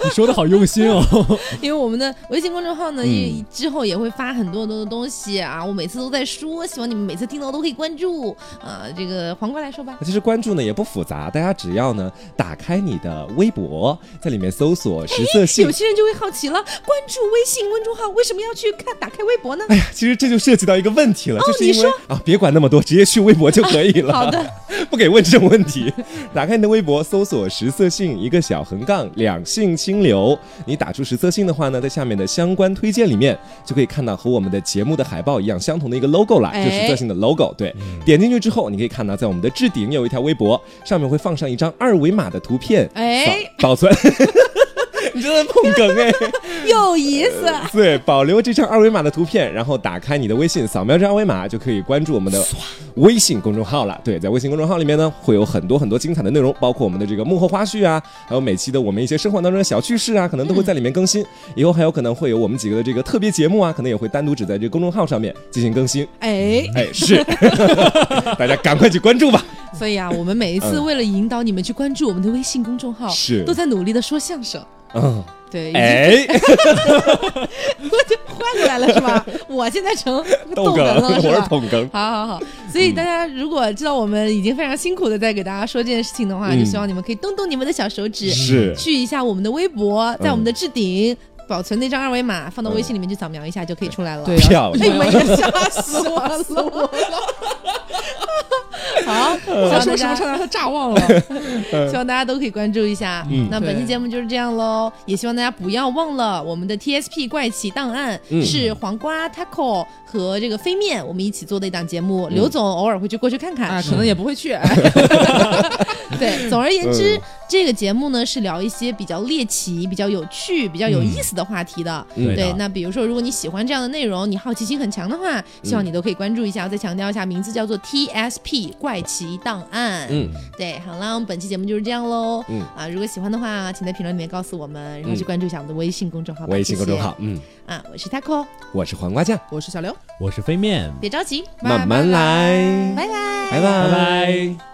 S4: 你说的好用心哦， [LAUGHS]
S1: 因为我们的微信公众号呢，
S2: 嗯
S1: 也之后也会发很多很多的东西啊。我每次都在说，希望你们每次听到都可以关注啊。这个黄瓜来说吧，
S2: 其实关注呢也不复杂，大家只要呢打开你的微博，在里面搜索“实色性
S1: 有些人就会好奇了，关注微信公众号为什么要去看打开微博
S2: [LAUGHS]
S1: 呢？”，
S2: 其实这就涉及到一个问题了，就是
S1: 哦你
S2: 因为啊，别管那么多，直接去微博就可以
S1: [LAUGHS]
S2: 了。
S1: 好的，
S2: [LAUGHS] 不给问这种问题。 [LAUGHS] 打开你的微博，搜索“实色性”一个小横杠，两性清流。你打出“实色性”的话呢，在下面的相关推荐里面就可以看到和我们的节目的海报一样相同的一个 logo 啦，
S1: 哎嗯
S2: 就是“实色性”的 logo。对，点进去之后，你可以看到在我们的置顶有一条微博，上面会放上一张二维码的图片，
S1: 哎，
S2: 保保存。 [LAUGHS] 你真的碰梗哎！
S1: 有意思。
S2: [LAUGHS] 对，保留这张二维码的图片，然后打开你的微信，扫描这二维码就可以关注我们的微信公众号了。对，在微信公众号里面呢，会有很多很多精彩的内容，包括我们的这个幕后花絮啊，还有每期的我们一些生活当中的小趣事啊，可能都会在里面更
S1: 嗯
S2: 新。以后还有可能会有我们几个的这个特别节目啊，可能也会单独只在这个公众号上面进行更新。
S1: 哎，
S2: 哎，
S1: [LAUGHS]
S2: 是，大家赶快去关注吧。
S1: 所以啊，我们每一次
S2: 嗯
S1: 为了引导你们去关注我们的微信公众号，
S2: 是
S1: 都在努力的说相声。
S2: 嗯，
S1: 对，已经
S2: 哎，
S1: 我就换过来了是吧？我现在成
S2: 逗
S1: 逗
S2: 梗，
S1: [LAUGHS] 哏了
S2: 我
S1: 是
S2: 是
S1: 吧？
S2: 捧哏。
S1: 好好好，所以大家如果知道我们已经非常辛苦的在给大家说这件事情的话，
S2: 嗯
S1: 就希望你们可以动动你们的小手指，
S2: 是
S1: 去一下我们的微博，在我们的置顶保存那张二维码，放到微信里面去扫描一下就可以出来了。
S3: 对
S2: [LAUGHS] 漂
S1: 哎，
S2: 亮，
S1: 我 [LAUGHS] 也吓死我了，死我了。 [LAUGHS] 好，希
S3: 我嗯说
S1: 望大
S3: 什么
S1: 家
S3: 差点让他炸忘了。
S1: [LAUGHS] 希望大家都可以关注一下。
S2: 嗯
S1: 那本期
S3: 对
S1: 节目就是这样喽，也希望大家不要忘了我们的 TSP 怪奇档案、
S2: 嗯
S1: 是黄瓜 taco 和这个飞面我们一起做的一档节目，
S2: 嗯
S1: 刘总偶尔会去过去看看。
S3: 啊，可能也不会去。
S1: [LAUGHS] 对，总而言之，
S2: 嗯
S1: 这个节目呢是聊一些比较猎奇、比较有趣、比较有意思的话题的。
S2: 嗯
S4: 对
S1: 对
S4: 的，
S1: 那比如说，如果你喜欢这样的内容，你好奇心很强的
S2: 嗯
S1: 话，希望你都可以关注一下。我再强调一下，名字叫做 TSP 怪奇档案。
S2: 嗯，
S1: 对，好啦，我们本期节目就是这样喽。
S2: 嗯
S1: 啊，如果喜欢的话，请在评论里面告诉我们，然后去
S2: 嗯
S1: 关注一下我们的微信公众号吧。
S2: 微信公众
S1: 谢
S2: 号，嗯，
S1: 谢啊，我是 taco，
S2: 我是黄瓜酱，
S3: 我是小刘，
S4: 我是飞面，
S1: 别着急，
S2: 慢慢来，
S1: 拜拜。
S2: 拜拜
S4: 拜拜。